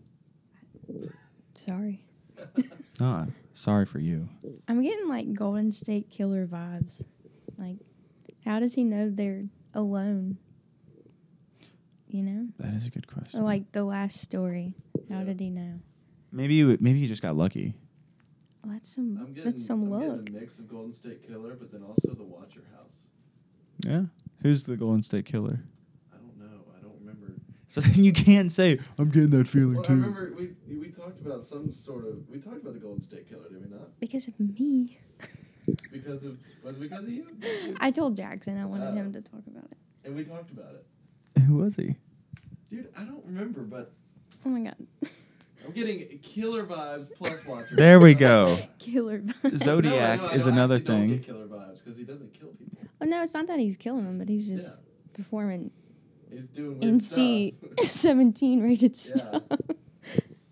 E: Sorry.
D: Ah, sorry for you.
B: I'm getting like Golden State Killer vibes. Like, how does he know they're alone? You know,
D: That is a good question.
B: or like the last story. How
A: Yeah.
B: did he know?
D: maybe you maybe you just got lucky.
B: Well, that's some.
A: I'm getting,
B: that's some
A: I'm
B: luck.
A: getting a mix of Golden State Killer, but then also the Watcher House.
D: Yeah. Who's the Golden State Killer?
A: I don't know. I don't remember.
D: So then you can't say I'm getting that feeling
A: Well, I
D: too.
A: remember we we talked about some sort of we talked about the Golden State Killer, did we not?
B: Because of me,
A: Because of was it because of you?
B: I told Jackson I wanted
A: Oh.
B: him to talk about it.
A: And we talked about it,
D: Who was he?
A: dude. I don't remember, but
B: Oh my god,
A: I'm getting killer vibes plus Watcher.
D: There we go.
B: killer vibes.
D: Zo- Zodiac
A: No, I know, I
D: is
A: don't- I
D: another
A: actually don't
D: thing.
A: get killer vibes because he doesn't kill people.
B: Well, no, it's not that he's killing them, but he's just
A: Yeah.
B: performing
A: He's doing weird
B: NC
A: stuff.
B: 17 rated
A: Yeah.
B: stuff.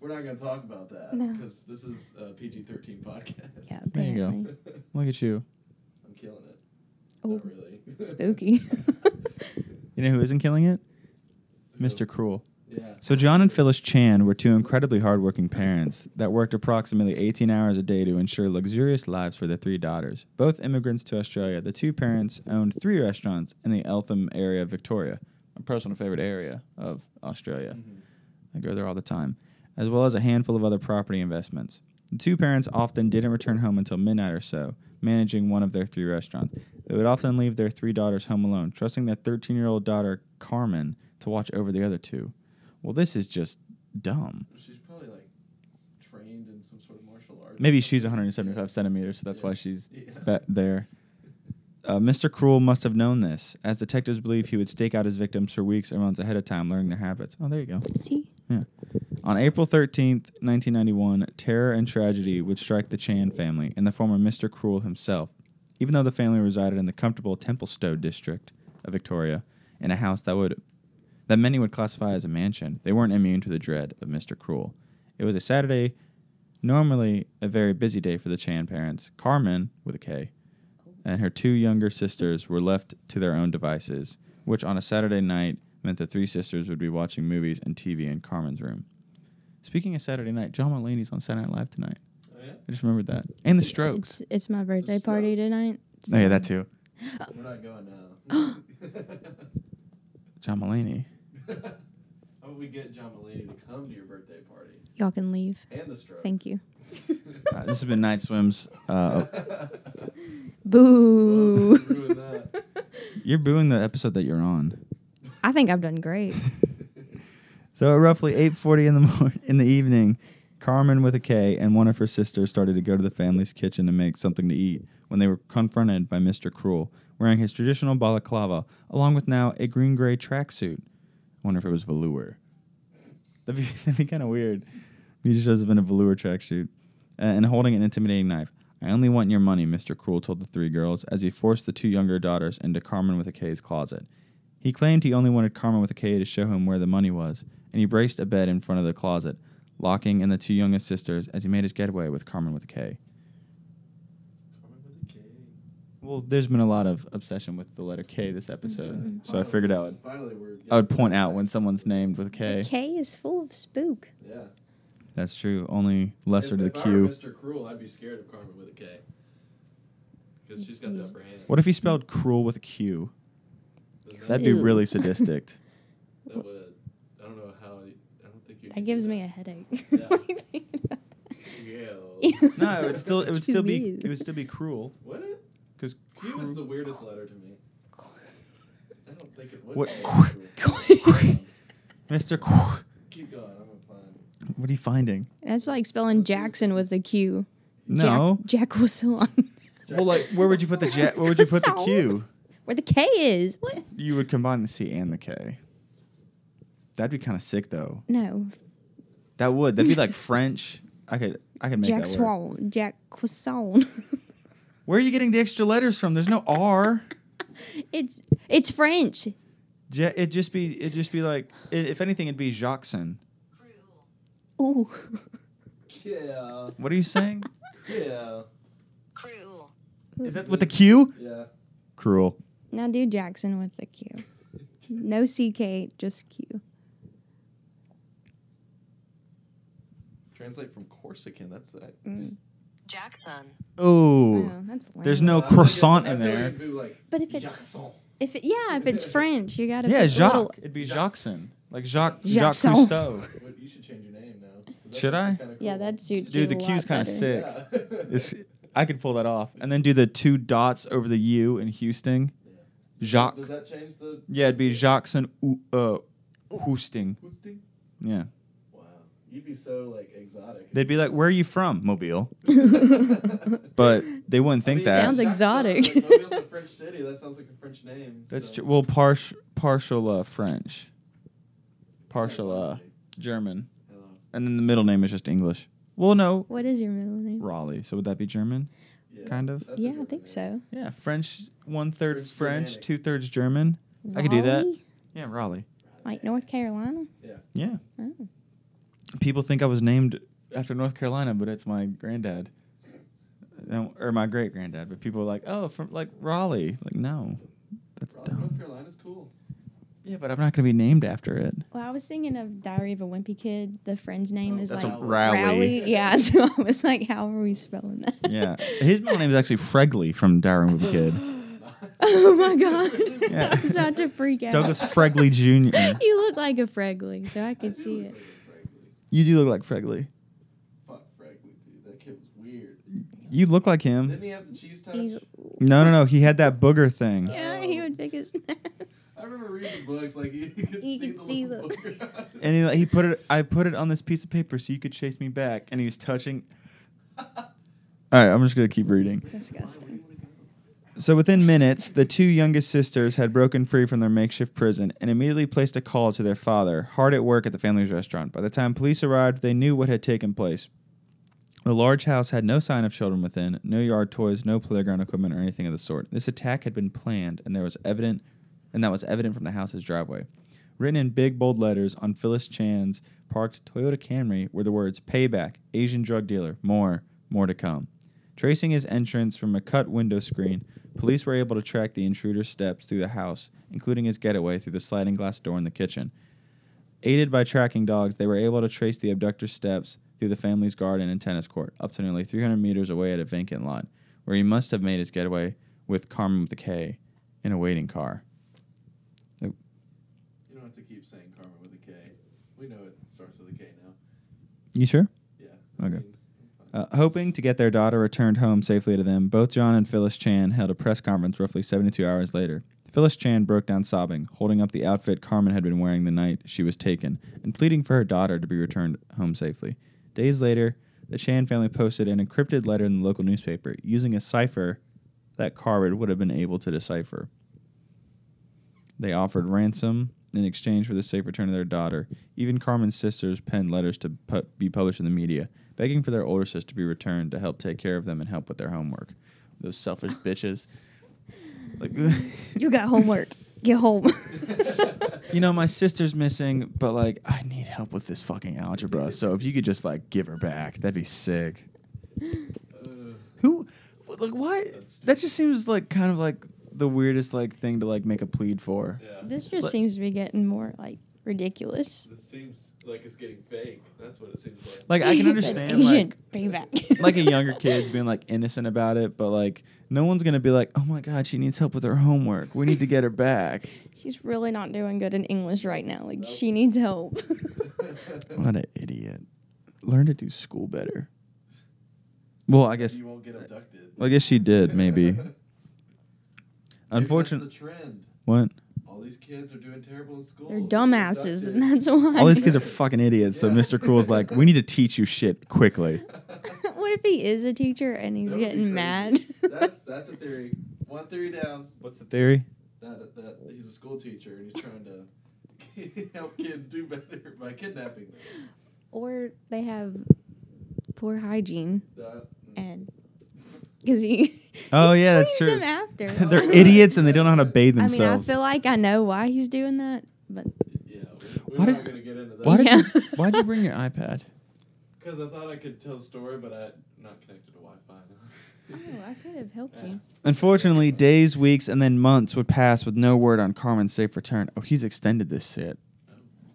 A: We're not gonna talk about that
B: No.
A: because this is a PG-13 podcast.
B: Yeah,
D: There you go.
B: apparently.
D: Look at you.
A: I'm killing it.
B: Oh,
A: Not really.
B: spooky.
D: You know who isn't killing it?
A: Who?
D: Mr. Cruel.
C: Yeah.
D: So John and Phyllis Chan were two incredibly hardworking parents that worked approximately 18 hours a day to ensure luxurious lives for their three daughters. Both immigrants to Australia, the two parents owned three restaurants in the Eltham area of Victoria, my personal favorite area of Australia.
A: Mm-hmm.
D: I go there all the time, as well as a handful of other property investments. The two parents often didn't return home until midnight or so, managing one of their three restaurants. They would often leave their three daughters home alone, trusting their 13 year old daughter, Carmen, to watch over the other two. Well, this is just dumb.
A: She's probably like trained in some sort of martial art.
D: Maybe she's 175 centimeters, so that's why she's
A: Yeah.
D: ba- there. Uh, Mr. Cruel must have known this, as detectives believe he would stake out his victims for weeks or months ahead of time, learning their habits. Oh, there you go.
E: See?
D: On April 13th, 1991, terror and tragedy would strike the Chan family in the form of Mr. Cruel himself. Even though the family resided in the comfortable Templestowe district of Victoria, in a house that would that many would classify as a mansion, they weren't immune to the dread of Mr. Cruel. It was a Saturday, normally a very busy day for the Chan parents. Carmen, with a K, and her two younger sisters were left to their own devices, which on a Saturday night meant the three sisters would be watching movies and TV in Carmen's room. Speaking of Saturday night, John Mulaney's on Saturday Night Live tonight.
C: Oh, yeah?
D: I just remembered that. And The Strokes.
B: It's, it's my birthday party
C: Strokes.
B: tonight.
D: Oh, yeah, that too.
A: We're not going now.
D: John Mulaney.
A: How about we get John Mulaney to come to your birthday party
B: Y'all can leave.
A: and the stroke?
B: Thank you.
D: Uh, this has been Night Swims. Uh,
B: Boo.
A: Ruin that.
D: you're booing the episode that you're on.
B: I think I've done great.
D: oh. So at roughly 8:40 in the morning, in the evening, Carmen with a K and one of her sisters started to go to the family's kitchen to make something to eat when they were confronted by Mr. Cruel wearing his traditional balaclava along with now a green gray tracksuit. I wonder if it was velour. That'd be, that'd be kind of weird. He just shows up in a velour tracksuit uh, and holding an intimidating knife. I only want your money, Mr. Cruel told the three girls as he forced the two younger daughters into Carmen with a K's closet. He claimed he only wanted Carmen with a K to show him where the money was, and he braced a bed in front of the closet, locking in the two youngest sisters as he made his getaway with Carmen with a K. Well, there's been a lot of obsession with the letter K this episode, so I figured I would
A: Finally, we're.
D: I would point out when someone's named with a
E: The
D: K.
E: K is full of spook.
A: Yeah.
D: That's true. Only lesser
A: if,
D: to the
A: if I were
D: Q.
A: Mr. Cruel, I'd be scared of Carmen with a K. Because she's got the upper hand.
D: What if he spelled cruel with a Q?
A: Does that-
D: That'd be
B: Ew.
D: really sadistic.
A: that would- I don't know how. you- I don't think you.
B: That gives me a headache.
A: Yeah.
B: Like, thinking about
A: Yeah.
B: that.
D: no, it would still it would
B: To
D: still be
B: me.
D: it would still be cruel
A: Would it?
D: because
A: Q is the weirdest letter to me. I don't think it would.
D: What-
A: be cruel.
D: Mr. Cru-
A: Keep going. I'm gonna find.
D: What are you finding?
B: That's like spelling Jackson with a Q.
D: No.
B: Jack, Jack Wilson.
D: Well, like where would you put the J? Where would you put the
E: So-
D: Q?
B: Where the K is. What?
D: You would combine the C and the K. That'd be kind of sick though.
B: No.
D: That would. That'd be like French. I could I could make
B: Jack
D: that work.
B: Swan. Jack Quasson.
D: Where are you getting the extra letters from? There's no R.
B: it's it's French.
D: Ja it'd just be it'd just be like i if anything it'd be Jackson.
B: Ooh.
A: Yeah.
D: What are you saying?
A: Yeah.
F: Cruel.
D: Is that with the Q?
A: Yeah.
D: Cruel.
B: Now do Jackson with a Q. No CK, just Q.
A: Translate from Corsican. That's I
B: Mm.
A: just-
F: Jackson.
D: Oh.
B: Wow, that's lame.
D: There's no
A: I think
D: croissant
A: it's- I
D: in
A: feel like
D: there.
A: it'd be like,
B: But if it's
A: Jackson.
B: if it, yeah, if it's French, you gotta
D: Yeah,
B: put a
D: Jacques.
B: little-
D: It'd be Jackson. Like Jacques Jacques
B: Jackson.
D: Cousteau.
A: What- you should change your name now. 'cause that's
D: Should
A: actually
D: I?
A: kinda
B: Yeah,
A: cool.
B: that suits you
D: Dude, the
B: a
D: Q's
B: lot
D: kind of
B: better.
D: sick.
A: Yeah.
D: It's, I could pull that off. And then do the two dots over the U in Houston. Jacques.
A: Does that change the?
D: Yeah, it'd be Jackson U- uh, Housting.
A: Acoustic?
D: Yeah.
A: Wow, you'd be so like exotic.
D: They'd be like, where are you from? Mobile.
A: think
D: But they wouldn't think that.
B: Sounds exotic.
A: Like, Mobile a French city. That sounds like a French name.
D: That's
A: so-
D: ju- well, partial, partial uh, French. Partial uh,
A: Hello.
D: German. And then the middle name is just English. Well, no.
B: What is your middle name?
D: Raleigh. So would that be German?
A: Yeah,
D: Kind of.
A: that's a
B: Yeah, I
A: different
B: think
A: name.
B: so.
D: Yeah, French, one third
A: French
D: French,
A: Germanic.
D: two thirds German. I could do that.
B: Raleigh?
D: Yeah, Raleigh.
B: Like North Carolina?
D: Yeah.
B: Oh.
D: People think I was named after North Carolina, but it's my granddad. And- or my great granddad. But people are like, oh, from like Raleigh. Like, no, that's
A: Raleigh,
D: dumb.
A: North Carolina's cool.
D: Yeah, but I'm not going to be named after it.
B: Well, I was thinking of Diary of a Wimpy Kid. The friend's name is
D: Oh, That's
B: like
D: a
B: Rally.
D: rally.
B: Yeah, so I was like, how are we spelling that?
D: Yeah. His middle name is actually Fregley from Darren Movie Kid.
B: oh my god,
D: Yeah.
B: I was about to freak out.
D: Douglas Fregley Jr.
B: you look like a Fregley, so I could see it.
D: You do look like Fregley.
A: Fuck Fragley, dude. That kid was weird.
D: You look like
A: Didn't
D: him.
A: he have the cheese touch?
B: He's,
D: No, no, no. He had that booger thing.
B: yeah, he would pick his nose.
A: I remember reading the books. Like you could
B: You
A: see
B: could
A: the
B: see
A: little
B: the-
A: booger.
D: And he, he put it. I put it on this piece of paper so you could chase me back. And he was touching. All right, I'm just gonna keep reading.
B: Disgusting.
D: So within minutes, the two youngest sisters had broken free from their makeshift prison and immediately placed a call to their father, hard at work at the family's restaurant. By the time police arrived, they knew what had taken place. The large house had no sign of children within, no yard toys, no playground equipment, or anything of the sort. This attack had been planned, and there was evident, and that was evident from the house's driveway. Written in big bold letters on Phyllis Chan's parked Toyota Camry were the words "Payback, Asian drug dealer, more, more to come." Tracing his entrance from a cut window screen, police were able to track the intruder's steps through the house, including his getaway through the sliding glass door in the kitchen. Aided by tracking dogs, they were able to trace the abductor's steps through the family's garden and tennis court, up to nearly 300 meters away at a vacant lot, where he must have made his getaway with Carmen with a K in a waiting car.
A: You don't have to keep saying Carmen with a K. We know it starts with a K now.
D: You sure?
A: Yeah.
D: Okay.
A: I mean,
D: Uh, hoping to get their daughter returned home safely to them, both John and Phyllis Chan held a press conference roughly 72 hours later. Phyllis Chan broke down sobbing, holding up the outfit Carmen had been wearing the night she was taken, and pleading for her daughter to be returned home safely. Days later, the Chan family posted an encrypted letter in the local newspaper using a cipher that Carver would have been able to decipher. They offered ransom in exchange for the safe return of their daughter. Even Carmen's sisters penned letters to pu- be published in the media, begging for their older sister to be returned to help take care of them and help with their homework. Those selfish bitches. Like,
B: You got homework. Get home.
D: you know, my sister's missing, but like, I need help with this fucking algebra. So if you could just like give her back, that'd be sick.
A: uh,
D: Who, like, why? That just seems like kind of like the weirdest like thing to like make a plead for.
A: Uh, yeah.
B: this just
D: But-
B: seems to be getting more like ridiculous.
A: This seems like it's getting fake. That's what it seems like.
D: Like, I can
B: He's an
D: understand
B: Asian.
D: like
B: Bring back.
D: like a younger kid's being like innocent about it, but like no one's gonna be like, oh my god, she needs help with her homework. We need to get her back.
B: She's really not doing good in English right now. Like she needs help.
D: What an idiot. Learn to do school better. Well, I guess
A: you won't get abducted.
D: I guess she did maybe.
A: Maybe
D: Unfortunately,
A: That's the trend.
D: what?
A: All these kids are doing terrible in school.
B: They're
A: They're
B: dumbasses, and
A: abducted.
B: that's why.
D: All these kids are fucking idiots. So
A: Yeah.
D: Mr. Cool's like, we need to teach you shit quickly.
B: what if he is a teacher and he's
A: That would be
B: getting
A: crazy.
B: mad?
A: That's that's a theory. One theory down.
D: What's the theory?
A: That that he's a school teacher and he's trying to help kids do better by kidnapping them.
B: or they have poor hygiene
A: That- mm,
B: and because he
D: Oh yeah, that's
B: cleans
D: true.
B: them after.
D: They're idiots and they don't know how to bathe
B: I mean, I
D: themselves.
B: feel like I know why he's doing that, but
A: yeah, we-
D: Why
A: we're
D: did-
A: not gonna get into
D: Why
A: that
D: did
B: Yeah.
D: you Why'd you bring your iPad?
A: because I thought I could tell a story, but I'm not connected to Wi-Fi.
B: oh, I could have helped you.
D: Unfortunately, days, weeks, and then months would pass with no word on Carmen's safe return. Oh, he's extended this shit.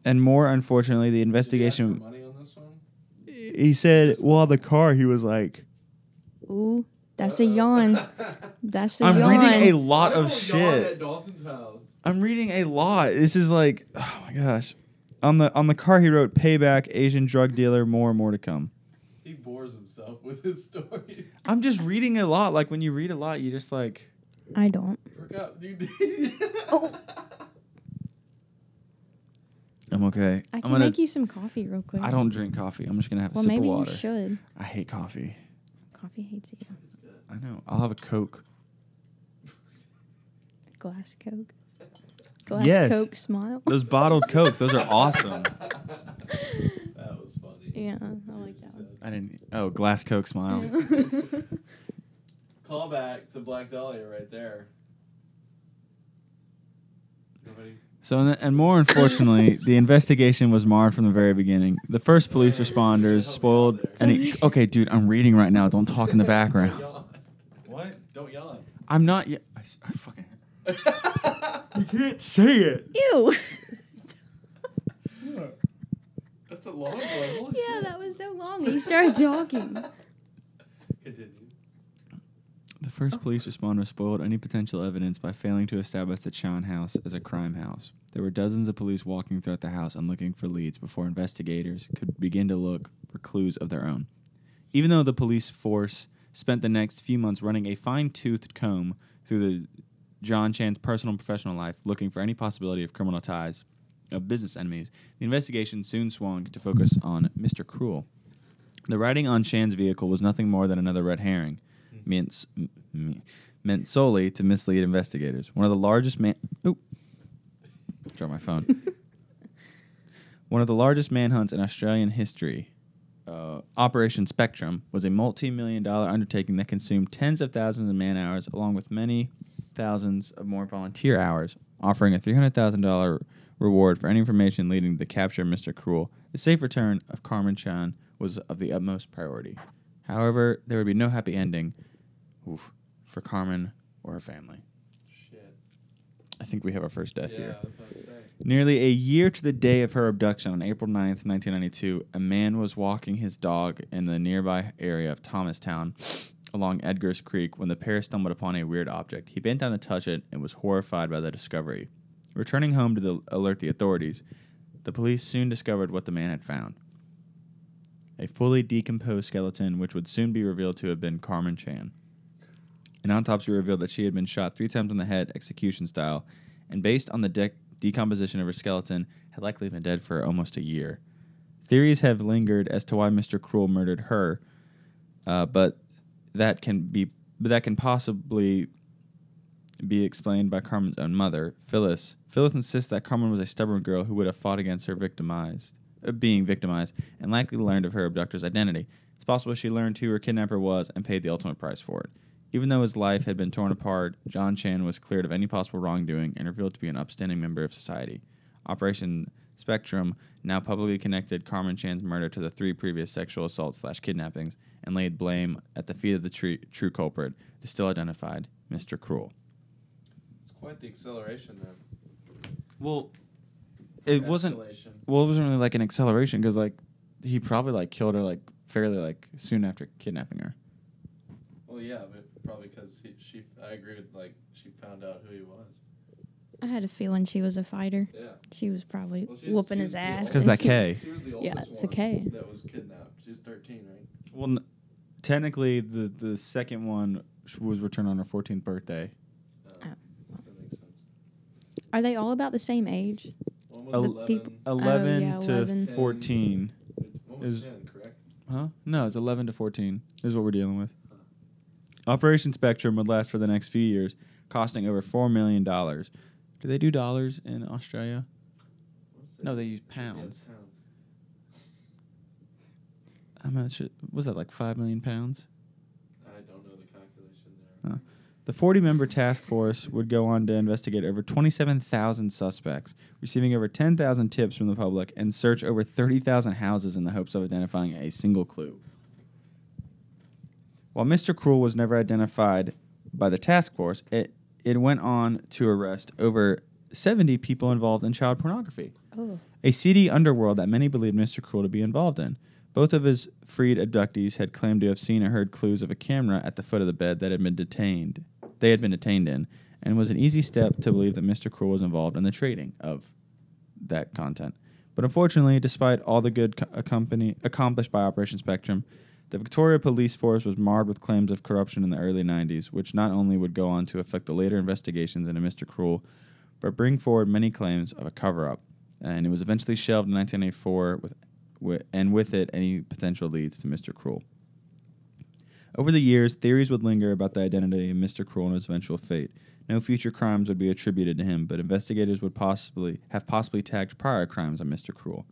D: And more unfortunately, the
A: Did you ask for
D: investigation.
A: money on this one?
D: He said, "Well, the car." He was like,
B: Ooh, that's a
A: Uh-oh.
B: yawn. That's a
D: "I'm
B: yawn.
D: reading a lot
A: Everyone
D: of
A: yawned At
D: shit.
A: Dawson's house.
D: I'm reading a lot. This is like, oh my gosh." On the on the car, he wrote, "Payback, Asian drug dealer, more, more to come."
A: He bores himself with his story.
D: I'm just reading a lot. Like when you read a lot, you just like.
B: I don't.
A: Perk up, dude. oh.
B: Oh.
D: I'm okay.
B: I
D: I'm
B: can
D: gonna.
B: make you some coffee real quick.
D: I don't drink coffee. I'm just gonna have a
B: Well,
D: sip of
B: maybe you
D: water.
B: should.
D: I hate coffee.
B: Coffee hates you.
D: I know. I'll have a Coke.
B: Glass Coke. Glass
D: Yes.
B: Coke smile.
D: Those bottled cokes, those are awesome.
A: That was funny.
B: yeah, I like that one.
D: I didn't. Oh, glass coke smile.
A: Call back to Black Dahlia right there. Nobody.
D: So, and- and more unfortunately, the investigation was marred from the very beginning. The first police responders spoiled any. Okay, dude, I'm reading right now. Don't talk in the
A: Don't
D: background.
A: yawn. What? Don't yawn.
D: I'm not. Yet, I, s- I fucking. You can't say it.
B: Ew.
C: That's a long one. Holy
B: yeah,
C: shit.
B: that was so long. He started talking.
C: Continue.
D: The first police responder spoiled any potential evidence by failing to establish that Sean House is a crime house. There were dozens of police walking throughout the house and looking for leads before investigators could begin to look for clues of their own. Even though the police force spent the next few months running a fine toothed comb through the John Chan's personal and professional life, looking for any possibility of criminal ties, of business enemies, the investigation soon swung to focus on Mr. Cruel. The writing on Shan's vehicle was nothing more than another red herring, meant, m- m- meant solely to mislead investigators. One of the largest man. Oop. Drop my phone. One of the largest manhunts in Australian history, uh, Operation Spectrum, was a multi million dollar undertaking that consumed tens of thousands of man hours, along with many thousands of more volunteer hours, offering a $300,000 reward for any information leading to the capture of Mr. Cruel. The safe return of Carmen Chan was of the utmost priority. However, there would be no happy ending oof, for Carmen or her family.
C: Shit.
D: I think we have our first death
C: yeah,
D: here.
C: I was about to say.
D: Nearly a year to the day of her abduction on April 9th, 1992, a man was walking his dog in the nearby area of Thomastown along Edgar's Creek when the pair stumbled upon a weird object. He bent down to touch it and was horrified by the discovery. Returning home to the, alert the authorities, the police soon discovered what the man had found a fully decomposed skeleton, which would soon be revealed to have been Carmen Chan. An autopsy revealed that she had been shot three times in the head, execution style, and based on the dec decomposition of her skeleton, had likely been dead for almost a year. Theories have lingered as to why Mr. Cruel murdered her, uh, but that can be but that can possibly be explained by Carmen's own mother, Phyllis. Phyllis insists that Carmen was a stubborn girl who would have fought against her victimized, uh, being victimized, and likely learned of her abductor's identity. It's possible she learned who her kidnapper was and paid the ultimate price for it. Even though his life had been torn apart, John Chan was cleared of any possible wrongdoing and revealed to be an upstanding member of society. Operation Spectrum now publicly connected Carmen Chan's murder to the three previous sexual assaults slash kidnappings and laid blame at the feet of the true, true culprit, the still identified Mr. Cruel.
C: It's quite the acceleration then.
D: Well, it wasn't.
C: Escalation.
D: Well, it wasn't really like an acceleration because like he probably like killed her like fairly like soon after kidnapping her.
C: Well, yeah, but probably because she, I agree with like she found out who he was.
B: I had a feeling she was a fighter.
C: Yeah,
B: She was probably
C: Well, she's-
B: whooping
C: she's
B: his
C: the
B: ass.
C: oldest.
D: Because
B: and
D: that
B: she-
D: K.
C: she was the oldest
B: Yeah, it's a
C: one
B: K.
C: that was kidnapped. She was thirteen, right?
D: Well, n- technically the the second one was returned on her 14th birthday.
C: Uh,
B: Oh.
C: That makes sense.
B: Are they all about the same age?
C: One was
D: The
C: eleven.
B: people-
D: 11
B: yeah,
D: to
B: 11.
D: 14.
C: One was
D: is-
C: ten, correct?
D: Huh? No, it's 11 to 14 is what we're dealing with. Operation Spectrum would last for the next few years, costing over $4 million. Do they do dollars in Australia? No, they use pounds. How much was that like 5 million pounds?
C: I don't know the calculation there.
D: The 40 member task force would go on to investigate over 27,000 suspects, receiving over 10,000 tips from the public, and search over 30,000 houses in the hopes of identifying a single clue. While Mr. Cruel was never identified by the task force, it, it went on to arrest over 70 people involved in child pornography
E: Oh.
D: a seedy underworld that many believed Mr. Cruel to be involved in. Both of his freed abductees had claimed to have seen or heard clues of a camera at the foot of the bed that had been detained. They had been detained in, and was an easy step to believe that Mr. Cruel was involved in the trading of that content. But unfortunately, despite all the good co- accompany- accomplished by Operation Spectrum, the Victoria police force was marred with claims of corruption in the early 90s, which not only would go on to affect the later investigations into Mr. Cruel, but bring forward many claims of a cover up. And it was eventually shelved in 1984, with, with, and with it, any potential leads to Mr. Cruel. Over the years, theories would linger about the identity of Mr. Cruel and his eventual fate. No future crimes would be attributed to him, but investigators would possibly have possibly tagged prior crimes on Mr. Cruel.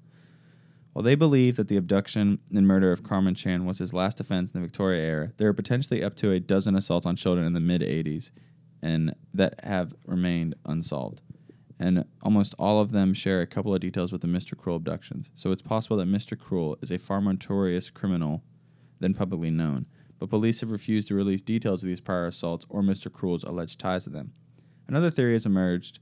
D: While they believe that the abduction and murder of Carmen Chan was his last offense in the Victoria era, there are potentially up to a dozen assaults on children in the mid 80s and that have remained unsolved. And almost all of them share a couple of details with the Mr. Cruel abductions. So it's possible that Mr. Cruel is a far more notorious criminal than publicly known, but police have refused to release details of these prior assaults or Mr. Cruel's alleged ties to them. Another theory has emerged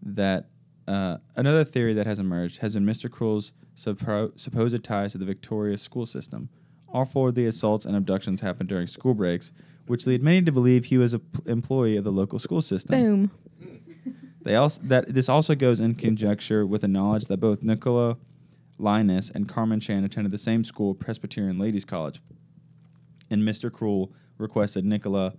D: that uh, another theory that has emerged has been Mr. Cruel's suppo- supposed ties to the Victoria school system. All four of the assaults and abductions happened during school breaks, which lead many to believe he was an employee of the local school system.
B: Boom.
D: They also that this also goes in conjecture with the knowledge that both Nicola Linus and Carmen Chan attended the same school, Presbyterian Ladies College, and Mr. Cruel requested Nicola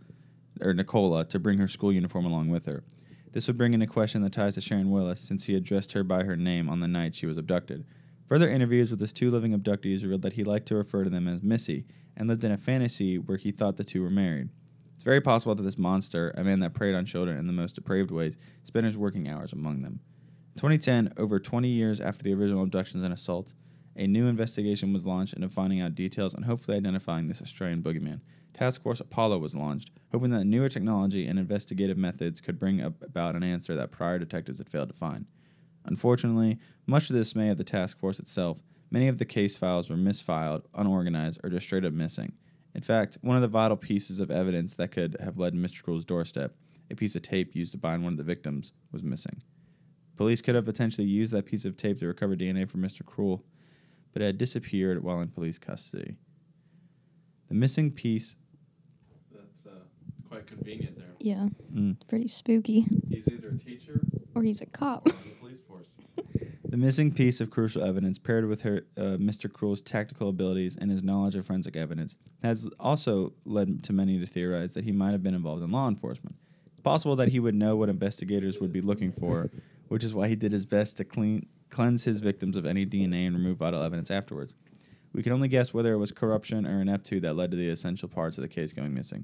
D: or Nicola to bring her school uniform along with her. This would bring into question the ties to Sharon Willis, since he addressed her by her name on the night she was abducted. Further interviews with his two living abductees revealed that he liked to refer to them as Missy and lived in a fantasy where he thought the two were married. It's very possible that this monster, a man that preyed on children in the most depraved ways, spent his working hours among them. In 2010, over 20 years after the original abductions and assault, a new investigation was launched into finding out details and hopefully identifying this Australian boogeyman. Task Force Apollo was launched, hoping that newer technology and investigative methods could bring up about an answer that prior detectives had failed to find. Unfortunately, much to the dismay of the task force itself, many of the case files were misfiled, unorganized, or just straight up missing. In fact, one of the vital pieces of evidence that could have led to Mr. Cruel's doorstep, a piece of tape used to bind one of the victims, was missing. Police could have potentially used that piece of tape to recover DNA from Mr. Cruel, but it had disappeared while in police custody. The missing piece
A: That's uh, quite convenient there.
E: Yeah.
D: Mm.
E: It's pretty spooky.
A: He's either a teacher
E: Or he's a cop.
A: or he's in the police force.
D: The missing piece of crucial evidence, paired with her, uh, Mr. Cruel's tactical abilities and his knowledge of forensic evidence, has also led to many to theorize that he might have been involved in law enforcement. It's possible that he would know what investigators would be looking for, which is why he did his best to clean, cleanse his victims of any DNA and remove vital evidence afterwards. We can only guess whether it was corruption or ineptitude that led to the essential parts of the case going missing.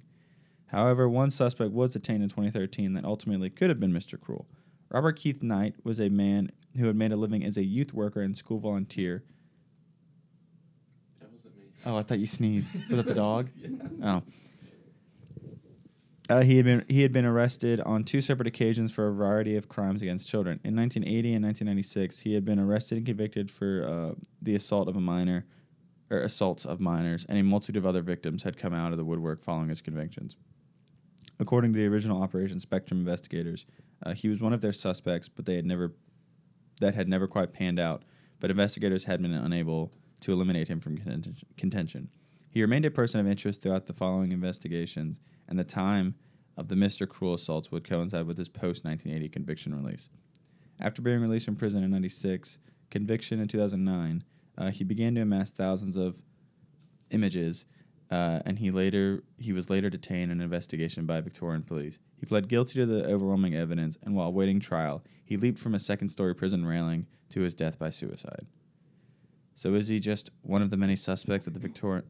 D: However, one suspect was detained in 2013 that ultimately could have been Mr. Cruel. Robert Keith Knight was a man who had made a living as a youth worker and school volunteer.
A: That wasn't me.
D: Oh, I thought you sneezed. Was that the dog?
A: Yeah.
D: Oh. Uh, he had been he had been arrested on two separate occasions for a variety of crimes against children. In 1980 and 1996, he had been arrested and convicted for uh, the assault of a minor, or assaults of minors, and a multitude of other victims had come out of the woodwork following his convictions. According to the original Operation Spectrum investigators, uh, he was one of their suspects, but they had never that had never quite panned out. But investigators had been unable to eliminate him from contention. contention. He remained a person of interest throughout the following investigations, and the time of the Mr. Cruel assaults would coincide with his post 1980 conviction release. After being released from prison in 96, conviction in 2009, uh, he began to amass thousands of images, uh, and he later he was later detained in an investigation by Victorian police. He pled guilty to the overwhelming evidence, and while awaiting trial, he leaped from a second-story prison railing to his death by suicide. So is he just one of the many suspects that the Victorian?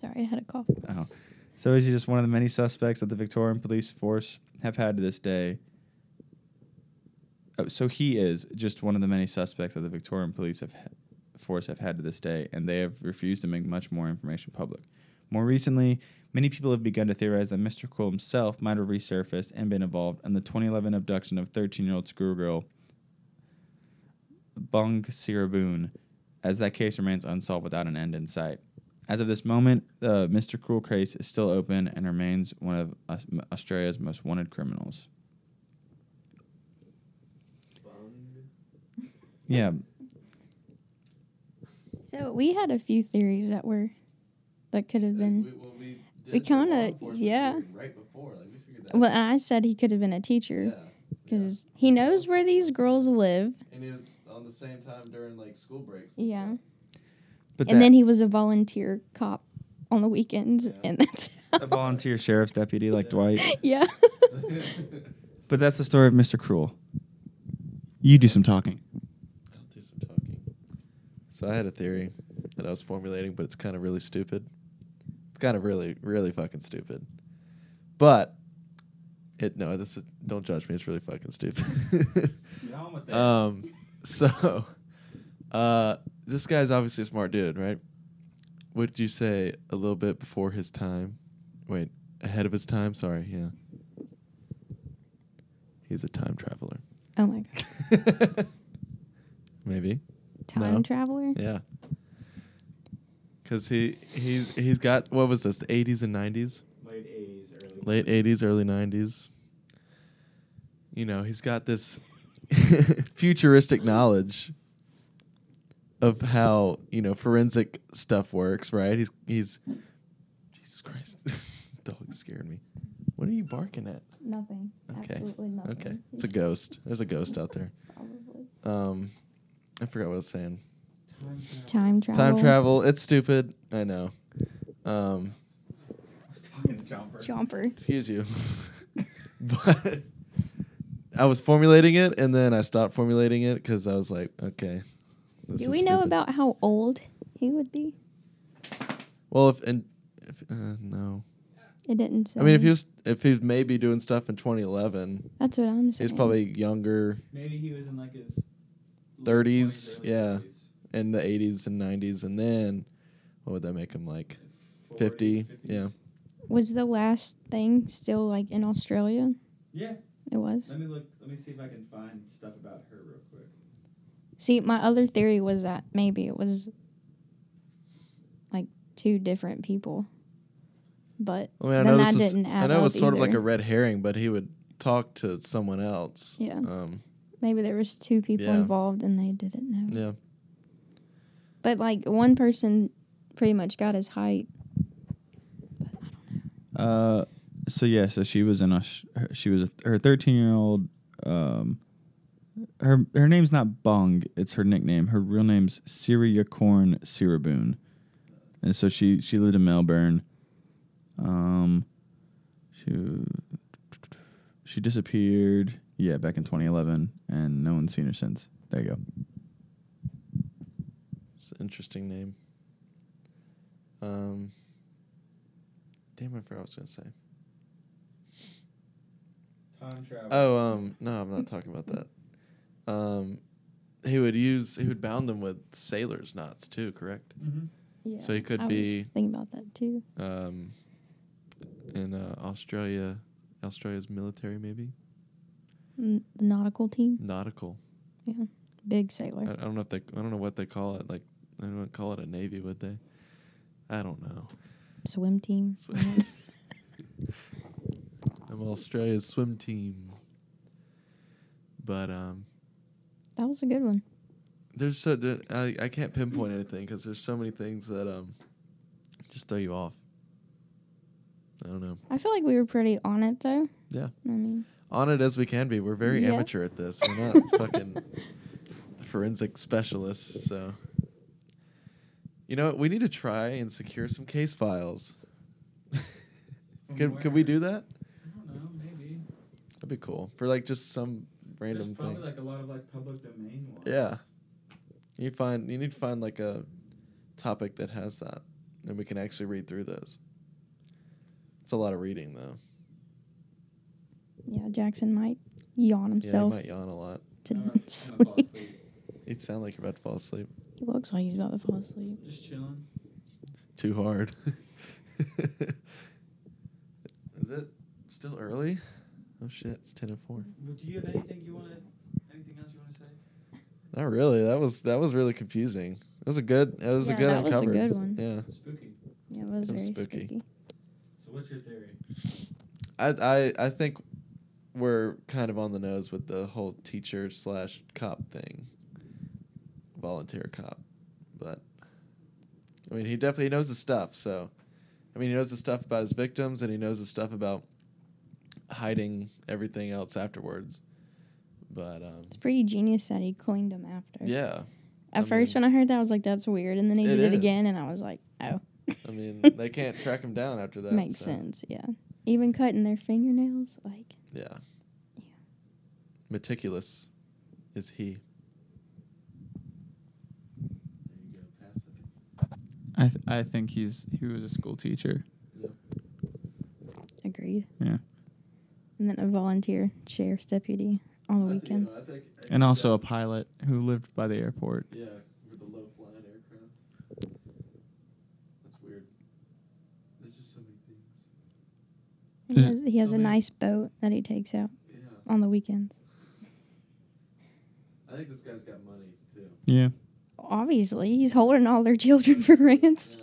E: Sorry, I had a cough.
D: Oh. So is he just one of the many suspects that the Victorian police force have had to this day? Oh, so he is just one of the many suspects that the Victorian police have force have had to this day, and they have refused to make much more information public. More recently, many people have begun to theorize that Mr. Cruel himself might have resurfaced and been involved in the 2011 abduction of 13-year-old schoolgirl Bung Siraboon, as that case remains unsolved without an end in sight. As of this moment, the Mr. Cruel case is still open and remains one of Aus- Australia's most wanted criminals.
A: Bung.
D: Yeah,
E: So we had a few theories that were that could have
A: we,
E: been
A: well, we, did
E: we
A: the law
E: kinda-
A: enforcement
E: yeah.
A: hearing Right before, like we figured that.
E: well,
A: out.
E: and I said he could have been a teacher
A: Yeah, yeah.
E: because he knows where these girls live,
A: And it was on the same time during like school breaks. and
E: yeah,
A: stuff.
D: but
E: and then he was a volunteer cop on the weekends,
A: Yeah.
E: and that's
D: a volunteer sheriff's deputy like
A: Yeah.
D: Dwight.
E: yeah.
D: But that's the story of Mr. Cruel. You do some talking.
A: I'll do some talking. So I had a theory that I was formulating, but it's kind of really stupid. It's kind of really, really fucking stupid. But it no, this is, don't judge me. It's really fucking stupid. um, so uh, this guy's obviously a smart dude, right? Would you say a little bit before his time? Wait, ahead of his time. Sorry, yeah. He's a time traveler.
E: Oh my god,
A: Maybe.
E: time
A: No.
E: traveler.
A: Yeah. Cause he he's he's got what was this the eighties and nineties
D: Late 80s, early.
A: late eighties early nineties, you know, he's got this futuristic knowledge of how, you know, forensic stuff works, right? He's he's Jesus Christ. Dog scared me. What are you barking at?
G: Nothing.
A: Okay.
G: Absolutely nothing.
A: Okay. It's a
G: He's
A: ghost. There's a ghost out there.
G: Probably.
A: Um I forgot what I was saying.
B: Time travel.
A: Time travel, it's stupid. I know. Um
B: Chomper.
A: excuse you. but I was formulating it and then I stopped formulating it because I was like, okay. this
B: Do
A: is
B: we know
A: stupid.
B: about how old he would be?
A: Well, if and if, uh, no,
B: It didn't say.
A: I mean, if he was if he's maybe doing stuff in 2011,
B: That's what I'm saying.
A: he's probably younger
D: Maybe he was in like his
A: 30s, yeah. in the 80s and 90s, and then what would that make him like? 50, yeah.
B: Was the last thing still like in Australia?
D: Yeah.
B: It was.
D: Let me look. Let me see if I can find stuff about her real quick.
B: See, my other theory was that maybe it was like two different people, but
A: I mean, I
B: Then
A: know
B: that
A: this is,
B: didn't add
A: I know it was
B: up
A: sort of like
B: either.
A: a red herring, but he would talk to someone else.
B: Yeah.
A: Um.
B: maybe there was two people
A: Yeah.
B: involved and they didn't know.
A: Yeah.
B: But like one person pretty much got his height. But I don't know.
D: Uh, so yeah, so she was in a she was a, her 13 year old. Um, her her name's not Bung, it's her nickname. Her real name's Syria Corn Siraboon, and so she she lived in Melbourne. Um, she she disappeared. Yeah, back in 2011, and no one's seen her since. There you go.
A: It's an interesting name. Um, damn, I forgot what I was gonna say.
D: Time travel.
A: Oh, um, no, I'm not talking about that. Um, he would use he would bound them with sailors' knots too, correct?
D: Mm-hmm.
B: Yeah.
A: So he could
B: I
A: be-
B: was thinking about that too.
A: Um, in uh, Australia, Australia's military maybe
B: N- The nautical team,
A: nautical.
B: big
A: I, I
B: sailor.
A: don't know if they I don't know what they call it. Like they wouldn't call it a navy, would they? I don't know.
B: swim team.
A: Sw- I'm Australia's swim team. But um,
B: That was a good one.
A: there's so d- I, I can't pinpoint anything because there's so many things that um just throw you off. I don't know.
B: I feel like we were pretty on it though.
A: Yeah.
B: I mean,
A: On it as we can be. We're very
B: Yeah.
A: amateur at this. We're not fucking forensic specialists. So you know what? We need to try and secure some case files. can can we do that?
D: I don't know, maybe.
A: That'd be cool for like just some random thing.
D: like a lot of like public domain ones.
A: Yeah. You find you need to find like a topic that has that, and we can actually read through those. It's a lot of reading though.
B: yeah, Jackson might yawn
A: Yeah, you
B: himself
A: might yawn a lot.
B: to
D: I'm gonna Uh, fall
B: sleep.
D: asleep.
A: You sound like you're about to fall asleep
B: He looks like he's about to fall asleep.
D: Just chilling.
A: too hard. Is it still early? Oh shit! It's ten and four.
D: Well, Do you have anything you want to? Anything else you want to say?
A: Not really. That was that was really confusing. It was a good. It was
B: Yeah,
A: a good
B: that was a
A: uncovered.
B: good one.
A: Yeah.
D: Spooky.
B: Yeah, it was
A: Sounds
B: very
A: spooky.
B: spooky.
D: So what's your theory?
A: I, I I think we're kind of on the nose with the whole teacher slash cop thing, volunteer cop, but I mean he definitely knows his stuff. So, I mean he knows the stuff about his victims and he knows the stuff about hiding everything else afterwards. But um,
B: It's pretty genius that he cleaned him after.
A: yeah,
B: At
A: I
B: first,
A: mean-
B: when I heard that, I was like, "That's weird," and then he
A: It
B: did
A: is.
B: it again, and I was like, "Oh."
A: I mean they can't track him down after that.
B: Makes
A: so,
B: sense. Yeah. Even cutting their fingernails, like
A: Yeah.
B: Yeah.
A: Meticulous is he.
H: I th- I think he's he was a school teacher.
B: agreed.
D: Yeah.
B: And then a volunteer sheriff's deputy on the weekends.
H: And also a pilot who lived by the airport.
A: Yeah, with the low flying aircraft. That's weird. There's just so many things.
B: He has, he has a
A: Something-
B: nice boat that he takes out
A: Yeah,
B: on the weekends.
A: I think this guy's got money too.
H: Yeah.
B: Obviously, he's holding all their children for ransom.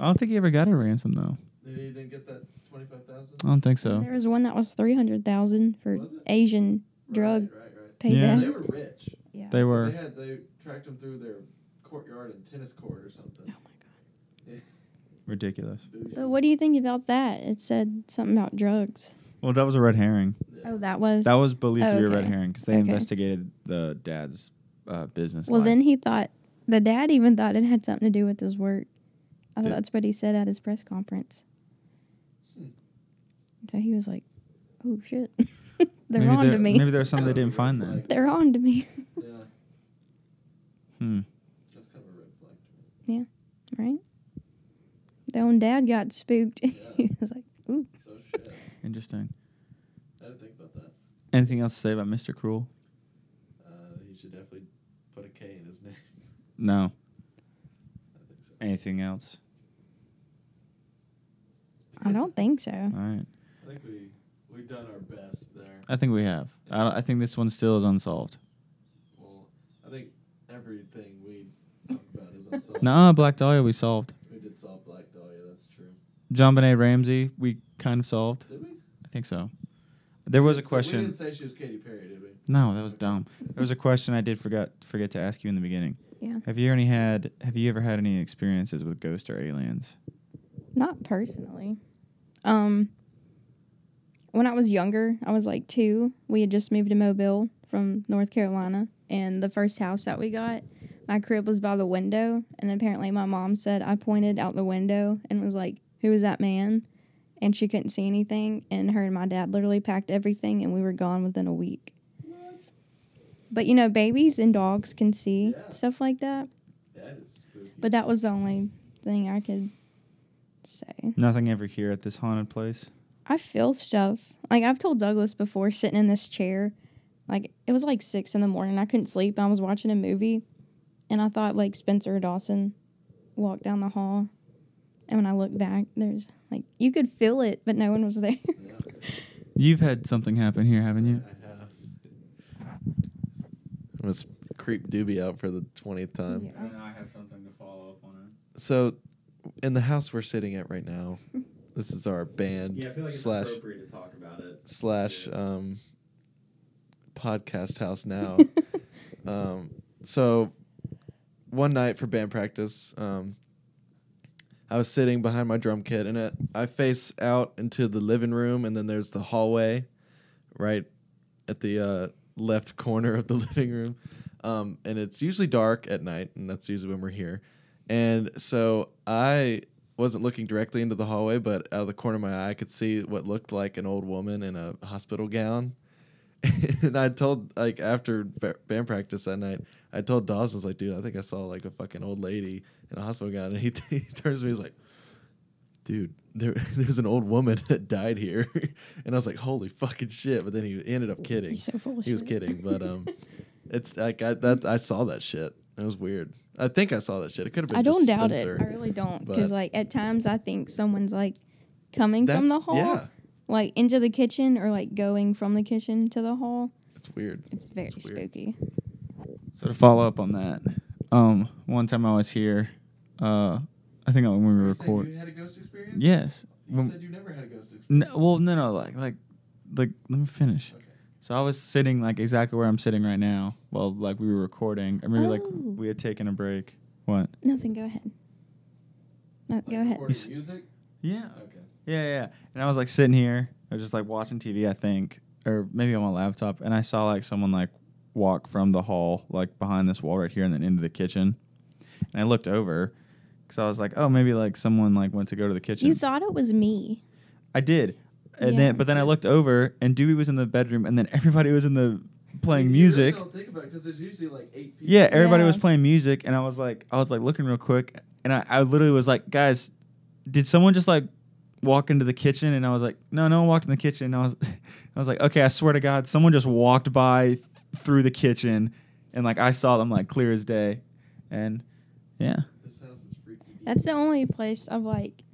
H: I don't think he ever got a ransom though.
A: Maybe he didn't get that Twenty-five thousand.
D: I don't think so.
B: There was one that was three hundred thousand for
A: Was it?
B: Asian drug
A: Right, right,
B: payback.
A: right. They were rich. 'cause
I: They
A: They
I: were.
A: had they tracked them through their courtyard and tennis court or something.
B: Oh my
I: Ridiculous.
B: god! But what do you think about that? It said something about drugs.
I: Well, that was a red herring.
B: Oh, that was.
I: That was believed to be a red
B: Oh, Okay.
I: herring because they
B: Okay.
I: investigated the dad's uh, business.
B: well,
I: life.
B: then he thought the dad even thought it had something to do with his work. I thought
I: Did-
B: that's what he said at his press conference.
A: Hmm.
B: So he was like, "Oh shit, they're
I: maybe
B: on
I: there,
B: to me.
I: Maybe there was something they didn't find then.
B: they're on to me."
A: Yeah,
I: Hmm.
A: that's kind of a red flag. to me.
B: right? Their own dad got spooked.
A: Yeah.
B: he was like,
A: So shit.
I: Interesting.
A: I didn't think about that.
I: Anything else to say about Mr. Cruel?
A: Uh, he should definitely put a K in his name.
I: No.
A: I think so.
I: Anything else?
B: "I don't think so."
I: All right.
A: I think we we've done our best there.
I: I think we have. I, I think this one still is unsolved.
A: Well, I think everything we talk about is unsolved.
I: Nah, Black Dahlia we solved.
A: We did solve Black Dahlia. That's true.
I: John Benet Ramsey we kind of solved.
A: Did we?
I: I think so. There was a
A: So We
I: question.
A: didn't say she was Katy Perry, did we?
I: No, that was dumb. There was a question I did forget forget to ask you in the beginning.
B: Yeah.
I: Have you any had Have you ever had any experiences with ghosts or aliens?
B: Not personally. Um, when I was younger, I was like two. We had just moved to Mobile from North Carolina, and the first house that we got, my crib was by the window, and apparently my mom said I pointed out the window and was like, "Who is that man?" And she couldn't see anything, and her and my dad literally packed everything, and we were gone within a week. But you know, babies and dogs can see
A: Yeah.
B: stuff like that.
A: That is spooky.
B: But that was the only thing I could say.
I: Nothing ever here at this haunted place.
B: I feel stuff. Like I've told Douglas before, sitting in this chair, like it was like six in the morning. I couldn't sleep. I was watching a movie, and I thought like Spencer Dawson walked down the hall, and when I looked back, there's like you could feel it, but no one was there.
A: yeah,
D: You've had something happen here, haven't you?
A: I have. I'm gonna sp- creep Doobie out for the twentieth time.
I: And I have something to follow up on
A: So, in the house we're sitting at right now, this is our band slash
I: appropriate to talk about it.
A: slash um, podcast house now. um, so one night for band practice, um, I was sitting behind my drum kit, and it, I face out into the living room, and then there's the hallway, right at the uh, left corner of the living room, um, and it's usually dark at night, and that's usually when we're here, and so I wasn't looking directly into the hallway, but out of the corner of my eye, I could see what looked like an old woman in a hospital gown. and I told, like, after ba- band practice that night, I told Dawson, I was like, dude, I think I saw, like, a fucking old lady in a hospital gown. And he, he turns to me, he's like, dude, there, there's an old woman that died here. and I was like, holy fucking shit. But then he ended up kidding.
B: He's so full of
A: He was
B: shit.
A: kidding, but um, it's like I that I saw that shit. It was weird. I think I saw that shit. It could have been.
B: I
A: just
B: don't doubt it.
A: Spencer.
B: I really don't,
A: but-
B: because like at times I think someone's like coming from the hall,
A: Yeah,
B: like into the kitchen, or like going from the kitchen to the hall.
A: it's weird.
B: It's very
A: It's weird.
B: spooky.
D: So to follow up on that, um, one time I was here, uh, I think when we were recording.
A: You had a ghost experience.
D: Yes.
A: You
D: When-
A: said you never had a ghost experience.
D: No, well, no, no, like, like, like. Let me finish.
A: Okay.
D: So I was sitting like exactly where I'm sitting right now. Well, like we were recording, and we were like
B: Oh.
D: we had taken a break. What?
B: Nothing. Go ahead. No,
A: Like
B: go ahead.
A: recording
D: s-
A: music.
D: Yeah.
A: Okay.
D: Yeah, yeah. And I was like sitting here, I was just like watching TV, I think, or maybe on my laptop, and I saw like someone like walk from the hall, like behind this wall right here, and then into the kitchen. And I looked over because I was like, oh, maybe like someone like went to go to the kitchen.
B: You thought it was me.
D: I did. And
B: Yeah.
D: then, but then I looked over, and Dewey was in the bedroom, and then everybody was in the playing
A: You
D: music.
A: Really don't think about it because there's usually like eight people.
D: Yeah, er- everybody
B: Yeah.
D: was playing music, and I was like, I was like looking real quick, and I, I literally was like, guys, did someone just like walk into the kitchen? And I was like, no, no one walked in the kitchen. And I was, I was like, okay, I swear to God, someone just walked by th- through the kitchen, and like I saw them like clear as day, and yeah,
A: This house is freaky.
B: That's the only place I've like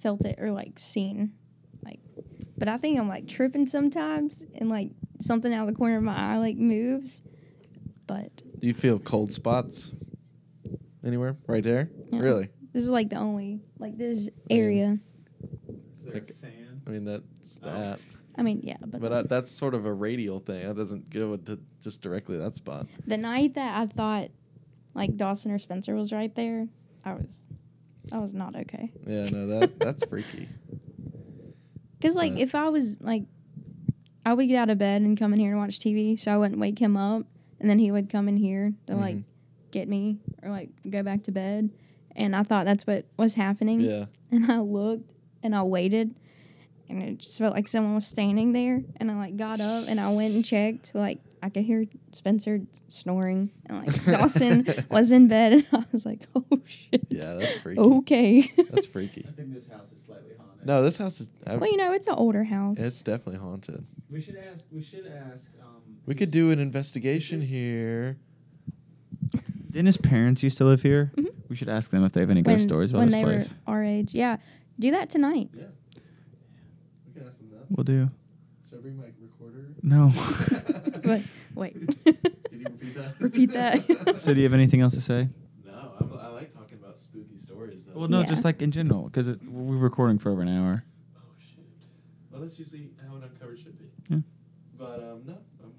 B: felt it or like seen. Like but I think I'm like tripping sometimes and like something out of the corner of my eye like moves. But
A: Do you feel cold spots? Anywhere? Right there?
B: Yeah.
A: Really?
B: this is like the only like this
A: Yeah.
B: area.
I: Is there
A: Like-
I: fan
J: mean,
A: Oh.
J: that's that.
B: I mean, yeah, but,
J: But I, that's sort of a radial thing. That doesn't go to just directly that spot.
B: the night that I thought like Dawson or Spencer was right there, I was I was not okay.
J: Yeah, no, that that's freaky.
B: Cause like
J: Right.
B: if I was like, I would get out of bed and come in here and watch TV, so I wouldn't wake him up, and then he would come in here to like
J: Mm-hmm.
B: get me or like go back to bed, and I thought that's what was happening,
J: Yeah,
B: and I looked and I waited, and it just felt like someone was standing there, and I like got up and I went and checked, like I could hear Spencer snoring, and like Dawson was in bed, and I was like, oh shit,
J: yeah, that's freaky.
B: Oh. okay,
J: That's freaky.
K: I think this house is slightly haunted.
J: No, this house is. I,
B: well you know it's an older house,
J: it's definitely haunted.
K: We should ask. We should ask. Um,
J: We could do an investigation here.
D: Didn't his parents used to live here? We should ask them if they have any ghost stories about
B: Mm-hmm. when they
D: this place.
B: were our age. Yeah, do that tonight.
A: We can ask them that.
D: We'll do.
A: Should I bring my recorder?
D: No.
B: But wait,
A: Did you repeat that?
B: repeat that.
D: so do you have anything else to say?
A: No, I'm, I like talking about spooky stories though.
D: Well, no,
B: Yeah.
D: just like in general, because we're recording for over an hour.
A: Oh shit. Well, that's usually how an uncovered should be.
D: Yeah.
A: But um, no, I'm,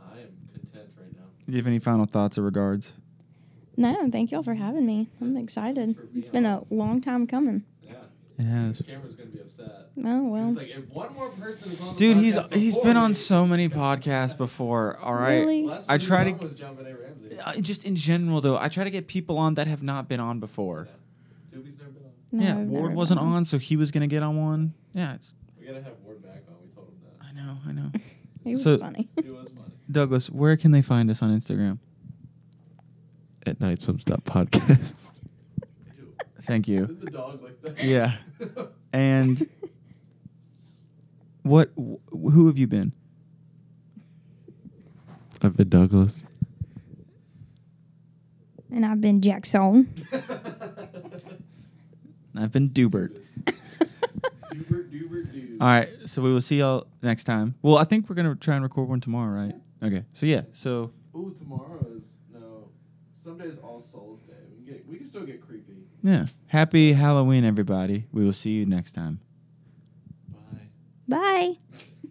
A: I'm I am content right now.
D: Do you have any final thoughts or regards?
B: no, thank y'all for having me. I'm excited.
A: For being
B: It's been a long time coming.
A: Yeah,
D: It has.
A: camera's gonna be upset.
B: Oh well,
A: It's like if one more person is on.
K: dude,
A: the
K: he's
A: podcast
K: he's
A: before
K: been on
A: me-
K: so many podcasts before. All right.
B: really?
A: Last
K: I
A: week
K: try to-
A: John Was John Benet Ramsey.
K: Uh, just in general, though, I try to get people on that have not been on before.
A: Dude, he's never been on.
B: No,
K: yeah,
B: I've
K: Ward
B: never
K: wasn't
B: been.
K: on, so he was gonna get on one. Yeah, it's,
A: We gotta have Ward back on. We told him that.
K: I know, I know.
B: It was
D: So-
B: funny.
A: He was funny.
D: Douglas, where can they find us on Instagram?
J: At night swims podcast.
A: Ew.
D: Thank you.
A: Did the dog like that?
D: Yeah. And what? Wh- who have you been?
J: I've been Douglas.
B: And I've been Jackson.
D: I've been Dubert.
A: Dubert, Dubert, dude.
D: All right. So we will see y'all next time. Well, I think we're gonna try and record one tomorrow, right? Okay. So yeah. So
A: Ooh, tomorrow is no. Someday is All Souls Day. We can get, we can still get creepy.
D: yeah. Happy Halloween, everybody. We will see you next time.
A: Bye.
B: Bye.